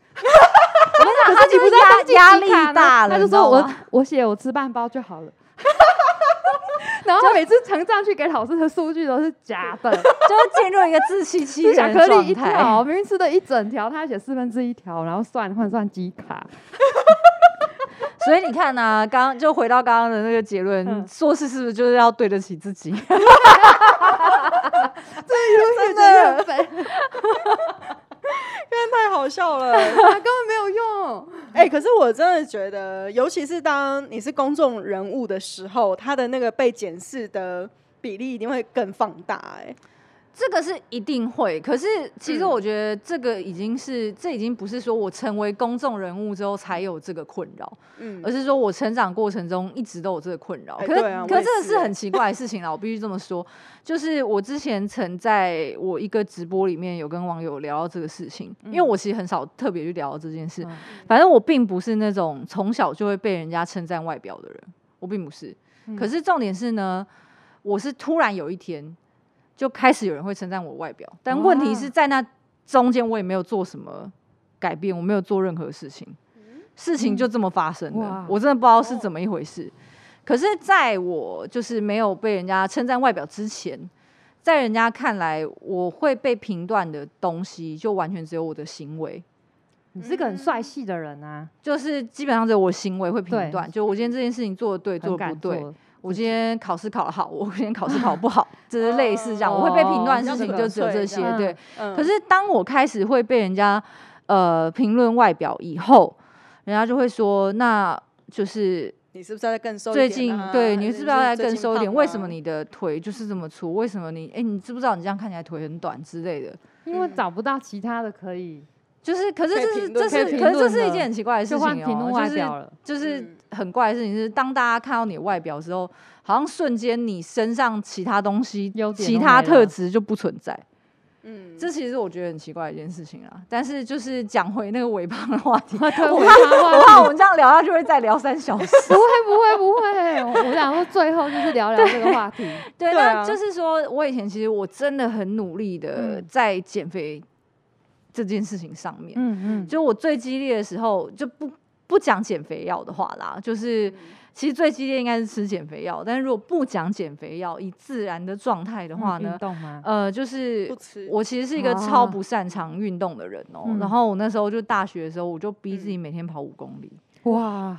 我跟你讲，
他
他
就是
不在
压
登记
压
集
力
卡呢
大了
啊他就
你知道
说我 *laughs*
吗
我写我吃半包就好 *laughs* 了。然后每次呈上去给老师的数据都是假 *laughs* 的，
就是进入一个自欺欺
吃巧
人
克
的
力一
状态。
条，明明吃的一整条，他还写四分之一条，然后算换算机卡，
所以你看呢、啊，刚刚就回到刚刚的那个结论，
嗯
硕士是不是就是要对得起自己？ *laughs*
真的肥，
真的太好笑了。
他根本没有用。
哎、可是我真的觉得，尤其是当你是公众人物的时候，他的那个被检视的比例一定会更放大、哎，
这个是一定会，可是其实
嗯
我觉得这个已经是，这已经不是说我成为公众人物之后才有这个困扰，
嗯
而，是说我成长过程中一直都有这个困扰。
哎
可是，
对啊
可
我也
是这个
是
是
哎
很奇怪的事情啦，我必须这么说。就是我之前曾在我一个直播里面有跟网友聊到这个事情，因为
嗯
我其实很少特别去聊到这件事。
嗯
反正我并不是那种从小就会被人家称赞外表的人，我并不是。
嗯
可是重点是呢，我是突然有一天就开始有人会称赞我外表，但问题是
哇
在那中间我也没有做什么改变，我没有做任何事情，事情就这么发生了
嗯哇，哦
我真的不知道是怎么一回事。可是在我就是没有被人家称赞外表之前，在人家看来我会被评断的东西，就完全只有我的行为。
你是个很帅气的人啊，
就是基本上只有我行为会评
对
断，就我今天这件事情做的对，
很
做的不
敢
对，
做
我今天考试考得好，我今天考试
*laughs*
考不好，就是类似这样，我会被评
哦
断的事情就只有这些。对，
嗯
可是当我开始会被人家呃评论外表以后，人家就会说，那就是
你是不是要再更瘦一
最
点啊？
近
还
对你是不是要再
最
更
近
瘦一点？
胖
为
啊
什么？你的腿就是这么粗？为什么你哎，你知不知道你这样看起来腿很短之类的？
因为
嗯
找不到其他的可以，
就是，可是
可以
这是
评
这
论
是
可以
可是
评
这
论
是一
了
件很奇怪的事
就
情
换评论
哦，
外
就是
表了。
就是
嗯
很怪的事情，是当大家看到你的外表的时候，好像瞬间你身上其他东西
优、点都
其他
没
特
了，
质就不存在。
嗯，
这其实我觉得很奇怪的一件事情啦。但是就是讲回那个尾胖的话题
*laughs* 对
*laughs* 我
我
怕
怕
我怕我们这样聊下去会再聊三小时。
不会不会不会，我我想说最后就是聊聊这个话题。
对，
对
那
啊
就是说我以前其实我真的很努力的
嗯
在减肥这件事情上面，
嗯嗯，
就我最激烈的时候就不不讲减肥药的话啦，就是其实最激烈应该是吃减肥药，但是如果不讲减肥药，以自然的状态的
的
话
嗯运
呢，
动吗？
呃，就是
不吃，
我其实是一个超
啊
不擅长运动的人哦、
嗯
然后我那时候就大学的时候，我就逼自己每天跑五公里，
哇，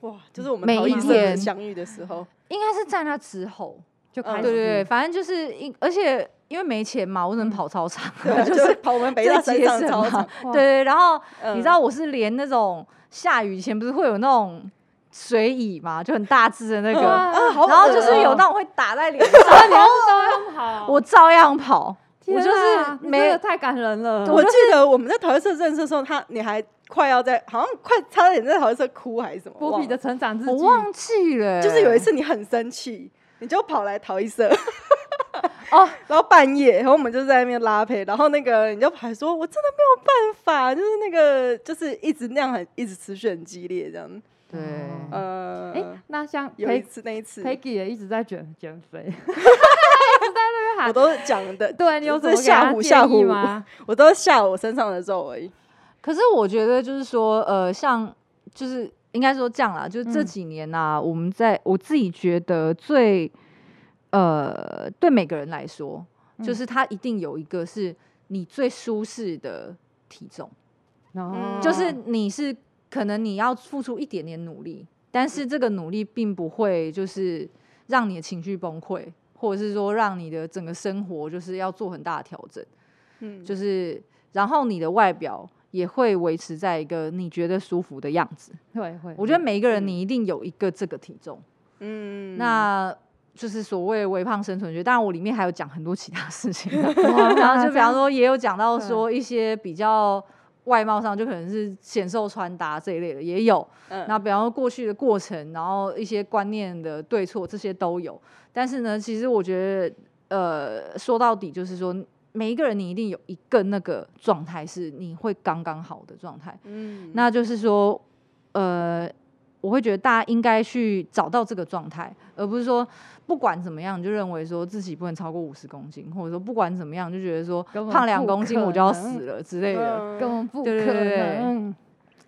哇，就是我们
每
逃
一
逸社
天
相遇的时候，
应该是在那之后，
就
嗯嗯
开
对
始
哦对对，反正就是因而且因为没钱嘛，我只能跑操场，
对啊，
*laughs* *laughs* 就
就是是跑我们北大
最
山
节
上
省
操
嘛
场，
哇
*laughs* 对，然后
嗯
你知道我是连那种下雨以前不是会有那种水椅嘛，就很大只的那
对
个，
啊
啊，好恶哦，
然后就是有那种会打
*laughs*
在脸上，
那你还是照样跑。
哦我照样跑，我
天
就
啊
是
你
没
这
有
个太感人了。
我记得我们在陶艺社认识的时候，他你还快要在，好像快差点在陶艺社哭还是什么，
波
忘
比的
了，
成长日记，
我忘记了欸、
就是有一次你很生气，你就跑来陶艺社，
哦，
*laughs* 然后半夜，然后我们就在那边拉胚，然后那个你就还说，我真的没有办法，就是那个就是一直那样很一直持续很激烈这样，
对，
嗯
呃，
哎，那像
有一
Peg-
次那一次，
Peggy 也一直在减减
*laughs*
肥，
我都讲的，
对你有什
这
么给
吓
她建
唬吓
议
唬
吗？
我都吓我身上的肉而已。
可是我觉得就是说，呃，像就是应该说这样啦，就是这
嗯
几年呐、我们在我自己觉得最呃，对每个人来说，就
嗯
是他一定有一个是你最舒适的体重，
哦
就是你是可能你要付出一点点努力，但是这个努力并不会就是让你的情绪崩溃，或者是说让你的整个生活就是要做很大的调整。
嗯，
就是然后你的外表也会维持在一个你觉得舒服的样子。
会会，
我觉得每一个人
嗯
你一定有一个这个体重，
嗯，
那就是所谓微胖生存学。当然，我里面还有讲很多其他事情，
*laughs* 哇
*laughs* 然后
啊
就比
这样
方说也有讲到
对
说一些比较。外貌上就可能是显瘦穿搭这一类的也有，
嗯
那比方说过去的过程，然后一些观念的对错，这些都有。但是呢，其实我觉得，呃，说到底就是说，每一个人你一定有一个那个状态是你会刚刚好的状态。
嗯
那就是说，呃，我会觉得大家应该去找到这个状态，而不是说不管怎么样你就认为说自己不能超过五十公斤，或者说不管怎么样就觉得说
根本
胖两
不
公斤
可
我就要
能
死了之类的。
嗯
根本不可
对对对嗯对
能。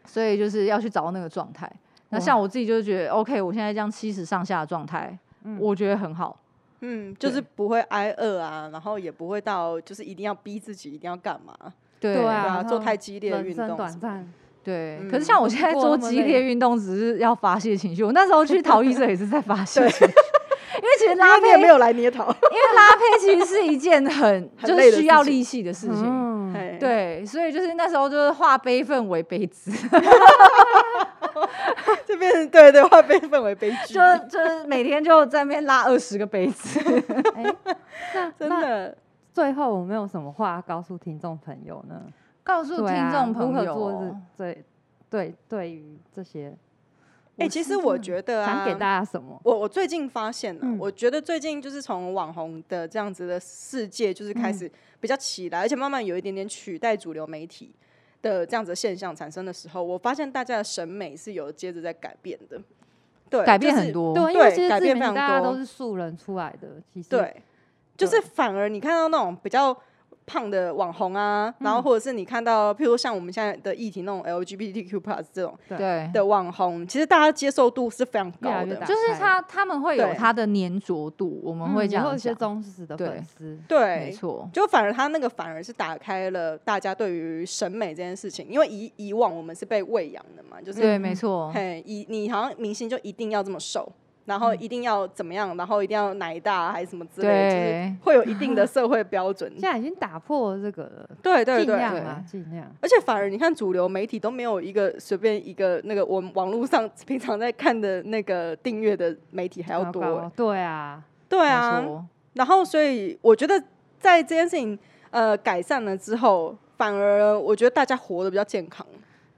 所以就是要去找到那个状态。那
哇
像我自己就是觉得，OK，我现在这样七十上下的状态，
嗯
我觉得很好。
嗯，就是
对
不会挨饿啊，然后也不会到就是一定要逼自己一定要干嘛，
对
对
对
啊
啊，
他
做
们
太激烈的
人
运
生
动
短
什么的，
暂，
对
嗯
可是像我现在做激烈运动，只是要发泄情绪。我那时候去陶艺社也是在发泄情绪，因为其实拉
因为你
胚，
也
因
没
为
有来捏头，
拉胚其实是一件很
很
就
累
是
的
需
事
要
情
力气的事情。
嗯
嘿，
对，所以就是那时候就是化悲愤为悲之，
*laughs* 这边对对，会被分为悲剧，
就就是每天就在那边拉二十个杯子。
那
真
那
的
最后我没有什么话告诉听众朋友呢？
*laughs* 告诉
对
听
啊
众朋
如
友
何做
哦
是，对对对于这些，
哎、其实我觉得啊，
想给大家什么？
我我最近发现了、
嗯
我觉得最近就是从网红的这样子的世界，就是开始比较起来、而且慢慢有一点点取代主流媒体的这样子的现象产生的时候，我发现大家的审美是有接着在改变的，对，
改变
就是
很多。
对，因为
对
其实
改
自
变
媒体
非
大
常
家都
多
是素人出来的，其实
对，就
对
是反而你看到那种比较胖的网红啊，然后
嗯
或者是你看到，譬如说像我们现在的议题那种 LGBTQ plus 这种
对，
的网红，其实大家接受度是非常
越来
高
越
的
大。
就是
开
他他们会有
对
他的粘着度，我们
嗯
会
你
这样
有一些
讲，
忠实的
对
粉
嗯
丝，
没
对，
错，
就反而他那个反而是打开了大家对于审美这件事情，因为以以往我们是被喂养的嘛，就是
对，没错，
嘿，以你好像明星就一定要这么瘦，然
嗯
后一定要怎么样，然后一定要奶大啊还是什么之类的，就是
对，
会有一定的社会标准
现。在已经打破了这个了，
对对
尽
对，
量啊，尽量。
而且反而你看主流媒体都没有一个随便一个那个我们网络上平常在看的那个订阅的媒体还要
糟
多、
糕
欸。
对啊，
对
没
啊，
错
然后所以我觉得在这件事情呃改善了之后，反而我觉得大家活得比较健康。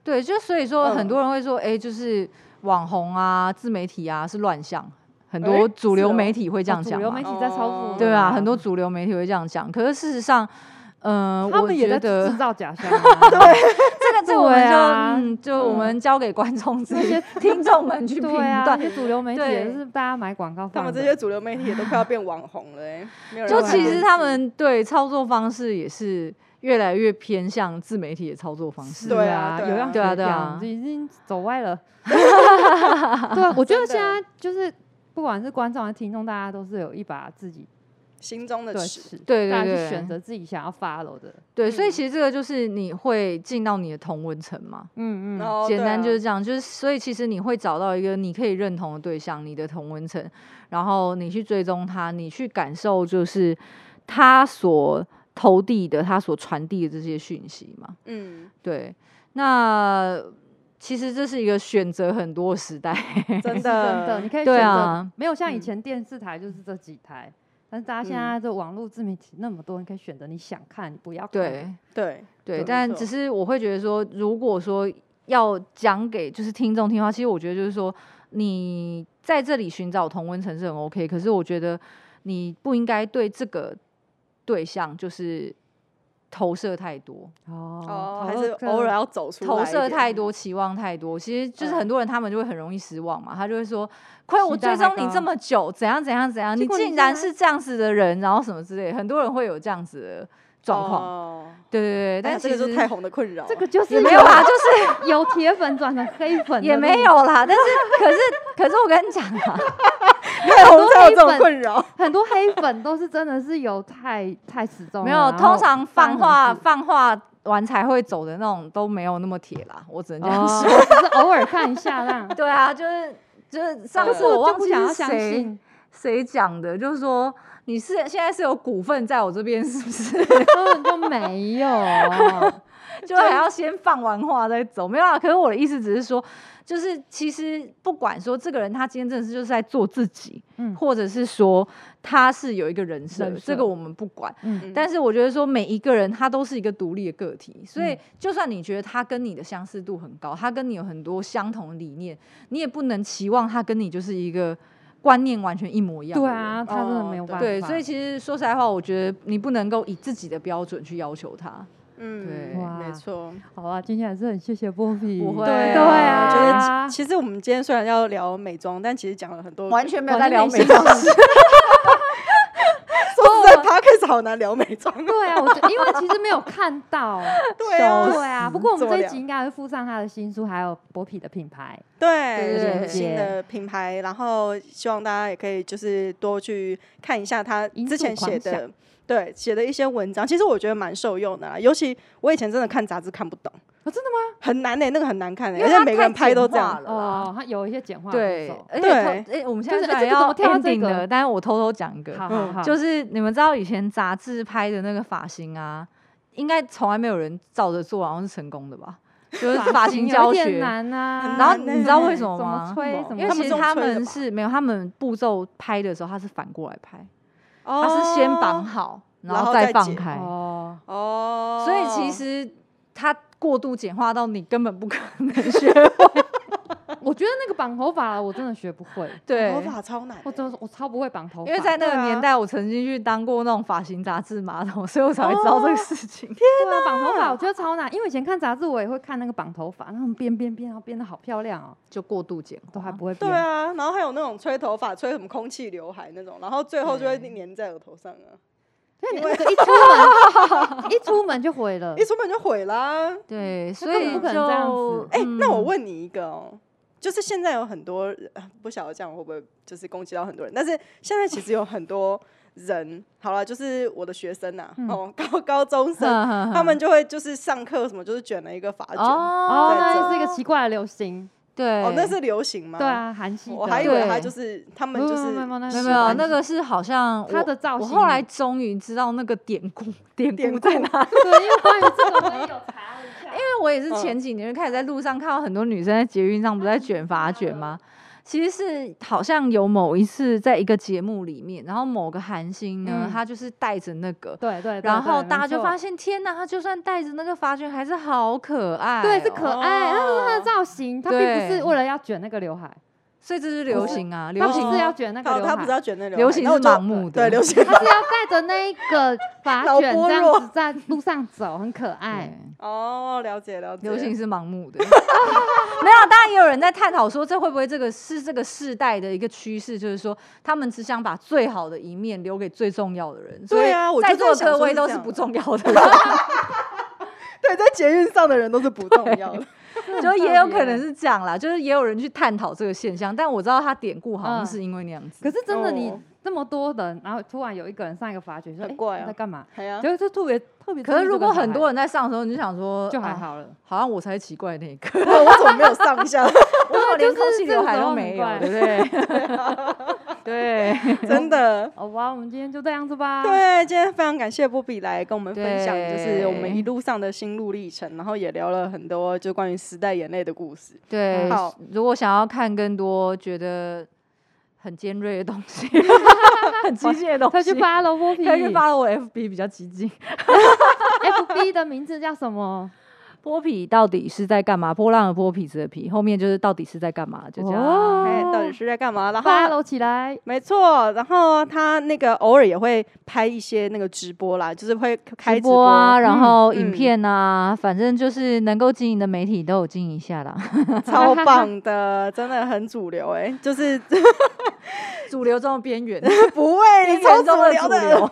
对，就所以说很
嗯
多人会说，哎，就是网红啊、自媒体啊是乱象，很
诶
多主
是
流
哦
媒体会这样
主
讲
流
嘛
媒体嗯在操作
哦
了，
对啊，很多主流媒体会这样讲，可是事实上。嗯，
他
我
们也
觉
在
得
制造假
*laughs*
象啊，对，
这
*laughs*
个这个我们
对
就
啊
嗯，就我
嗯
们交给观众自
那
己
些、
听众们去评
对啊，那
断。
些主流媒体
对
也是大家买广告
他
放的，
们这些主流媒体也都快要变网红了、欸，没有人
就
看
其
电
实
视
他们对操作方式也是越来越偏向自媒体的操作方式。
是
对啊
啊，
对
有
啊
样
对啊
学
对
样
啊
就已经走歪
*laughs*
了。对啊，我觉得
真
现
的
在就是不管是观众还是听众，大家都是有一把自己
心中的
对
尺，
尺
对对
大家去
对
选择自己想要 follow 的。
对，所以
嗯
其实这个就是你会进到你的同温层嘛，
嗯 *laughs*
然后
简
对
单
啊
就是这样，就是所以其实你会找到一个你可以认同的对象，你的同温层，然后你去追踪他，你去感受就是他所
*laughs*
投递的，他所传递的这些讯息嘛，
嗯，
对，那其实这是一个选择很多的时代。 *laughs*
真
是真的，
的
你，可以选
对
择
啊，
没有像以
嗯
前电视台就是这几台，但是大家现
嗯
在这网络自媒体那么多，你可以选择你想看，你不要看。
对
对，
对，
没
但
错
只是我会觉得说，如果说要讲给就是听众听的话，其实我觉得就是说，你在这里寻找同温层是很 OK，可是我觉得你不应该对这个对象就是投射太多，
哦
哦，，还是偶尔要走出来一
投
点，
射太多，期望太多，其实就是
嗯
很多人他们就会很容易失望嘛。他就会说：“亏我
期待
追
太
踪你
高
这么久，怎样怎样怎样，
结
你
果你
竟
竟
然
然
是这样子的人，然后什么之类。”很多人会有这样子的状况。
况。
对对对，
但
但
哦哎这
其
个
实
就是太红的困扰了，
这个就是
也没有 *laughs* 啦，就是
有铁粉转成黑粉，
也没。有啦。但是可是可是我跟你讲啊，
*laughs*
*laughs* 太红
多
才有
黑
这种
粉
困扰。
很多黑粉都是真的是有太太始终
没
了
有，
然
通
后哦
常
翻很
放话
死
放话完才会走的那种都没有那么铁啦。我只能这样
哦，
说。
只是偶尔看一下
*laughs*
啦。
*laughs*
呃
对啊，就是就是上
可
次
是
我
我就
忘
不
记
想要
是
相
谁
信，
*laughs*
谁讲的，就是说你是现在是有股份在我这边，是不
*laughs*
是？
根本就没有。
就还要先放完话再走，没有啊。可是我的意思只是说，就是其实不管说这个人他今天真的是就是在做自己，
嗯
或者是说他是有一个人设
人，设
这个我们不管。
*laughs*
嗯
但是我觉得说每一个人他都是一个独立的个体，所以
嗯
就算你觉得他跟你的相似度很高，他跟你有很多相同的理念，你也不能期望他跟你就是一个观念完全一模一样的
对
人。
啊，他真的没有
哦
办法。
对，所以其实说实在话，我觉得你不能够以自己的标准去要求他。
嗯，
对
没
哇
错，
好啊，今天还是很谢谢波比。
不会
对
对
我
啊，
觉得其其实我们今天虽然要聊美妆，但其实讲了很多，
全
没有在聊美
妆，
说实在 p o d c a s 好难聊美妆。
*laughs*
对啊，我觉得因为其实没有看到，
对啊
对啊。不过我们
怎么
这一
聊
集应该会附上他的新书，还有博皮的品牌。
对，
对
有
对
新
对
的品牌，然后希望大家也可以就是多去看一下他
因
之
素
前写
狂想
的，对写的一些文章，其实我觉得蛮受用的啦。尤其我以前真的看杂志看不懂，
哦，真的吗？
很难呢、欸那个很难看的、
*laughs* 因
而
为
且
*laughs* 他
每个人拍都这样。
了啊啦。
哦，他有一些简化的
对
步，
而且
对
偷哎，我们现在
就是哎这个怎
虽然
么
要
跳到这
ending
个
了，但是我偷偷讲一个
骤。，好好
嗯
好，
就是你们知道以前杂志拍的那个发型啊，应该从来没有人照着做，然后是成功的吧？就是发型教
有一点
学，
难啊。
很
然后
难
你
欸
知道为什
怎
么吗？
吹
为什么
怎
因
么
他们
为其实
是用
他
吹的
们
吧
是没有，他们步骤拍的时候，他是反过来拍，
哦
他是先绑好，
然后
后再
再
放
剪
开。
哦，
哦，
所以其实它过度简化到你根本不可能学会。
*laughs* 我觉得那个绑头发我真的学不会，
*laughs* 对
头，发超难欸、
我真的是我超不会绑头发，
因为在那
对
个
啊
年代，我曾经去当过那种发型杂志码头，所以我才会知道这个事情。
对啊，绑头发我觉得超难，因为以前看杂志我也会看那个绑头发，那种编编编，然后编的好漂亮哦，
*laughs* 就过度简
都还
化。
不会
对
编。
啊，然后还有那种吹头发，吹什么空气刘海那种，然后最后就会
对
粘在额头上啊，
那你那个一出门一出门就毁了
一，出门就毁啦、
对，所
根本
以
不可能
就
这样子
哎、那我
嗯
问你一个哦，就是现在有很多人，呃不晓得这样会不会就是攻击到很多人，但是现在其实有很多人，好了，就是我的学生呐、
嗯
哦， *laughs* 高高中
嗯
生，他们就会就是上课什么，就是卷了一个发卷，哦，
哦，
在
那
这
是一个奇怪的流行，
对，
那是流行吗？
对，啊，韩系的，
我还以为
对
他就是他们就
没有
是
没有没有那
没有
是
没有
完
那
全
个是好像
他
我
的造
我
型
后来终于知道那个典故， *laughs* 典
典
故在
故
哪里？
对，因为关于这个我也有查了一下，因为
因为我也是
嗯
前几年就开始在路上看到很多女生在捷运上不是在卷发卷吗？其实是好像有某一次在一个节目里面，然后某个韩星呢，
嗯
他就是带着那个，
对对，
然后大家就发
现，
现天哪，他就算带着那个发卷还是好可爱、哦
对，是可，爱，它是它的
哦
造型，它并不是
对
为了要卷那个刘海，
所以这是流行啊，
它
流
不
行
是要卷那个
他
刘
他不
海
知。道卷那
流
海
行
那我
是
就
盲目的
对，流行
他是要带着那一个发
脑
卷
波
这
弱
样子在路上走，很可爱。
对
哦，了解了解，
流行是盲目的，没 *laughs* 有。当然也有人在探讨说，这会不会这个是这个世代的一个趋势，就是说他们只想把最好的一面留给最重要的人。所
对
以
啊我就
在
在
座的
想
各
说
位
是
都
这
是
样
不重要的人，
*laughs*
*laughs*
对，在捷运上的人都是不动摇的，
就也有可
特别
能是这
*laughs* 啊
样啦，就是也有人去探讨这个现象。但我知道他典故好像
嗯
是因为那样子。
可是真的，你
哦
这么多人，然后突然有一个人上一个发觉，说：“
很
哎，
怪啊
你在干嘛
*laughs* 哎呀？”
觉得这特别特别。
可是如果很多
人
人在上的时候，你就想说
就还，
啊
好了，
好像我才是奇怪的
*laughs*
那个， *laughs*
我怎么没有上一下？ *laughs*
我怎么连
啊就是
空气
这
刘
个
海
时
都
候
没有，
很怪 *laughs*
对不对？对，
真
*laughs*
的。
好哦吧，我们今天就这样子吧。，
对，今天非常感谢波比来跟我们分享，就是我们
对
一路上的心路历程，然后也聊了很多就关于时代眼泪的故事。
对
好，
如果想要看更多觉得很尖锐的东 *laughs* 西，很机械的
快
东西
去，发了波皮，
可以
*laughs*
哦去发我 FB 比较激进。
FB 的名字叫什么？
剥皮到底是在干嘛？波浪的剥，痞子的皮，后面就是到底是在干嘛？就这样。
哦
哎、到底是在干嘛？然后
发了起来。
没错，然后他那个偶尔也会拍一些那个直播啦，就是会开
直播啊，然后
嗯
影片啊，反正就是能够经营的媒体都有经营一下啦。
超棒的，真的很主流哎、就是
*laughs*
*laughs*
主流中的 *laughs* 边缘，
不会，你超主流
边
的，
缘中的主流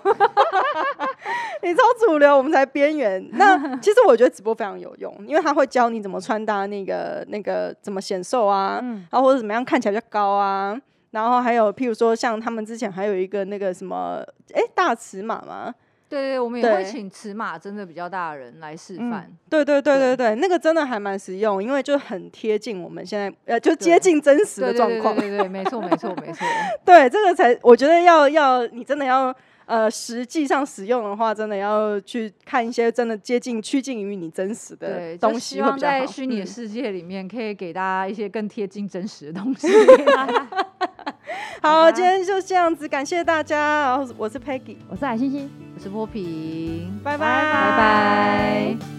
*laughs* 你超主流，我们才边缘。
*laughs*
那其实我觉得直播非常有用，因为他会教你怎么穿搭，那个那个怎么显瘦啊，
嗯，
然后或者怎么样看起来比较高啊。然后还有，譬如说像他们之前还有一个那个什么，哎，大尺码嘛，
*laughs* 对对，我们也
对
会请尺码真的比较大的人来示
嗯
范。
对对对对
对
对，那个真的还蛮实用，因为就很贴近我们现在呃，就接
对
近真实
对
的
对
状
对
况。
对对对，没错没错没错。
对，这个才我觉得要要你真的要呃，实际上使用的话，真的要去看一些真的接近趋近于你真实的
对，
东
就
西
希
会
望
比较好。
在虚拟的
嗯
世界里面，可以给大家一些更贴近真实的东
*laughs*
西。
好，今天就这样子，感谢大家。哦然后我是 Peggy，
我是海星星。
我是泼皮，
拜拜
拜拜。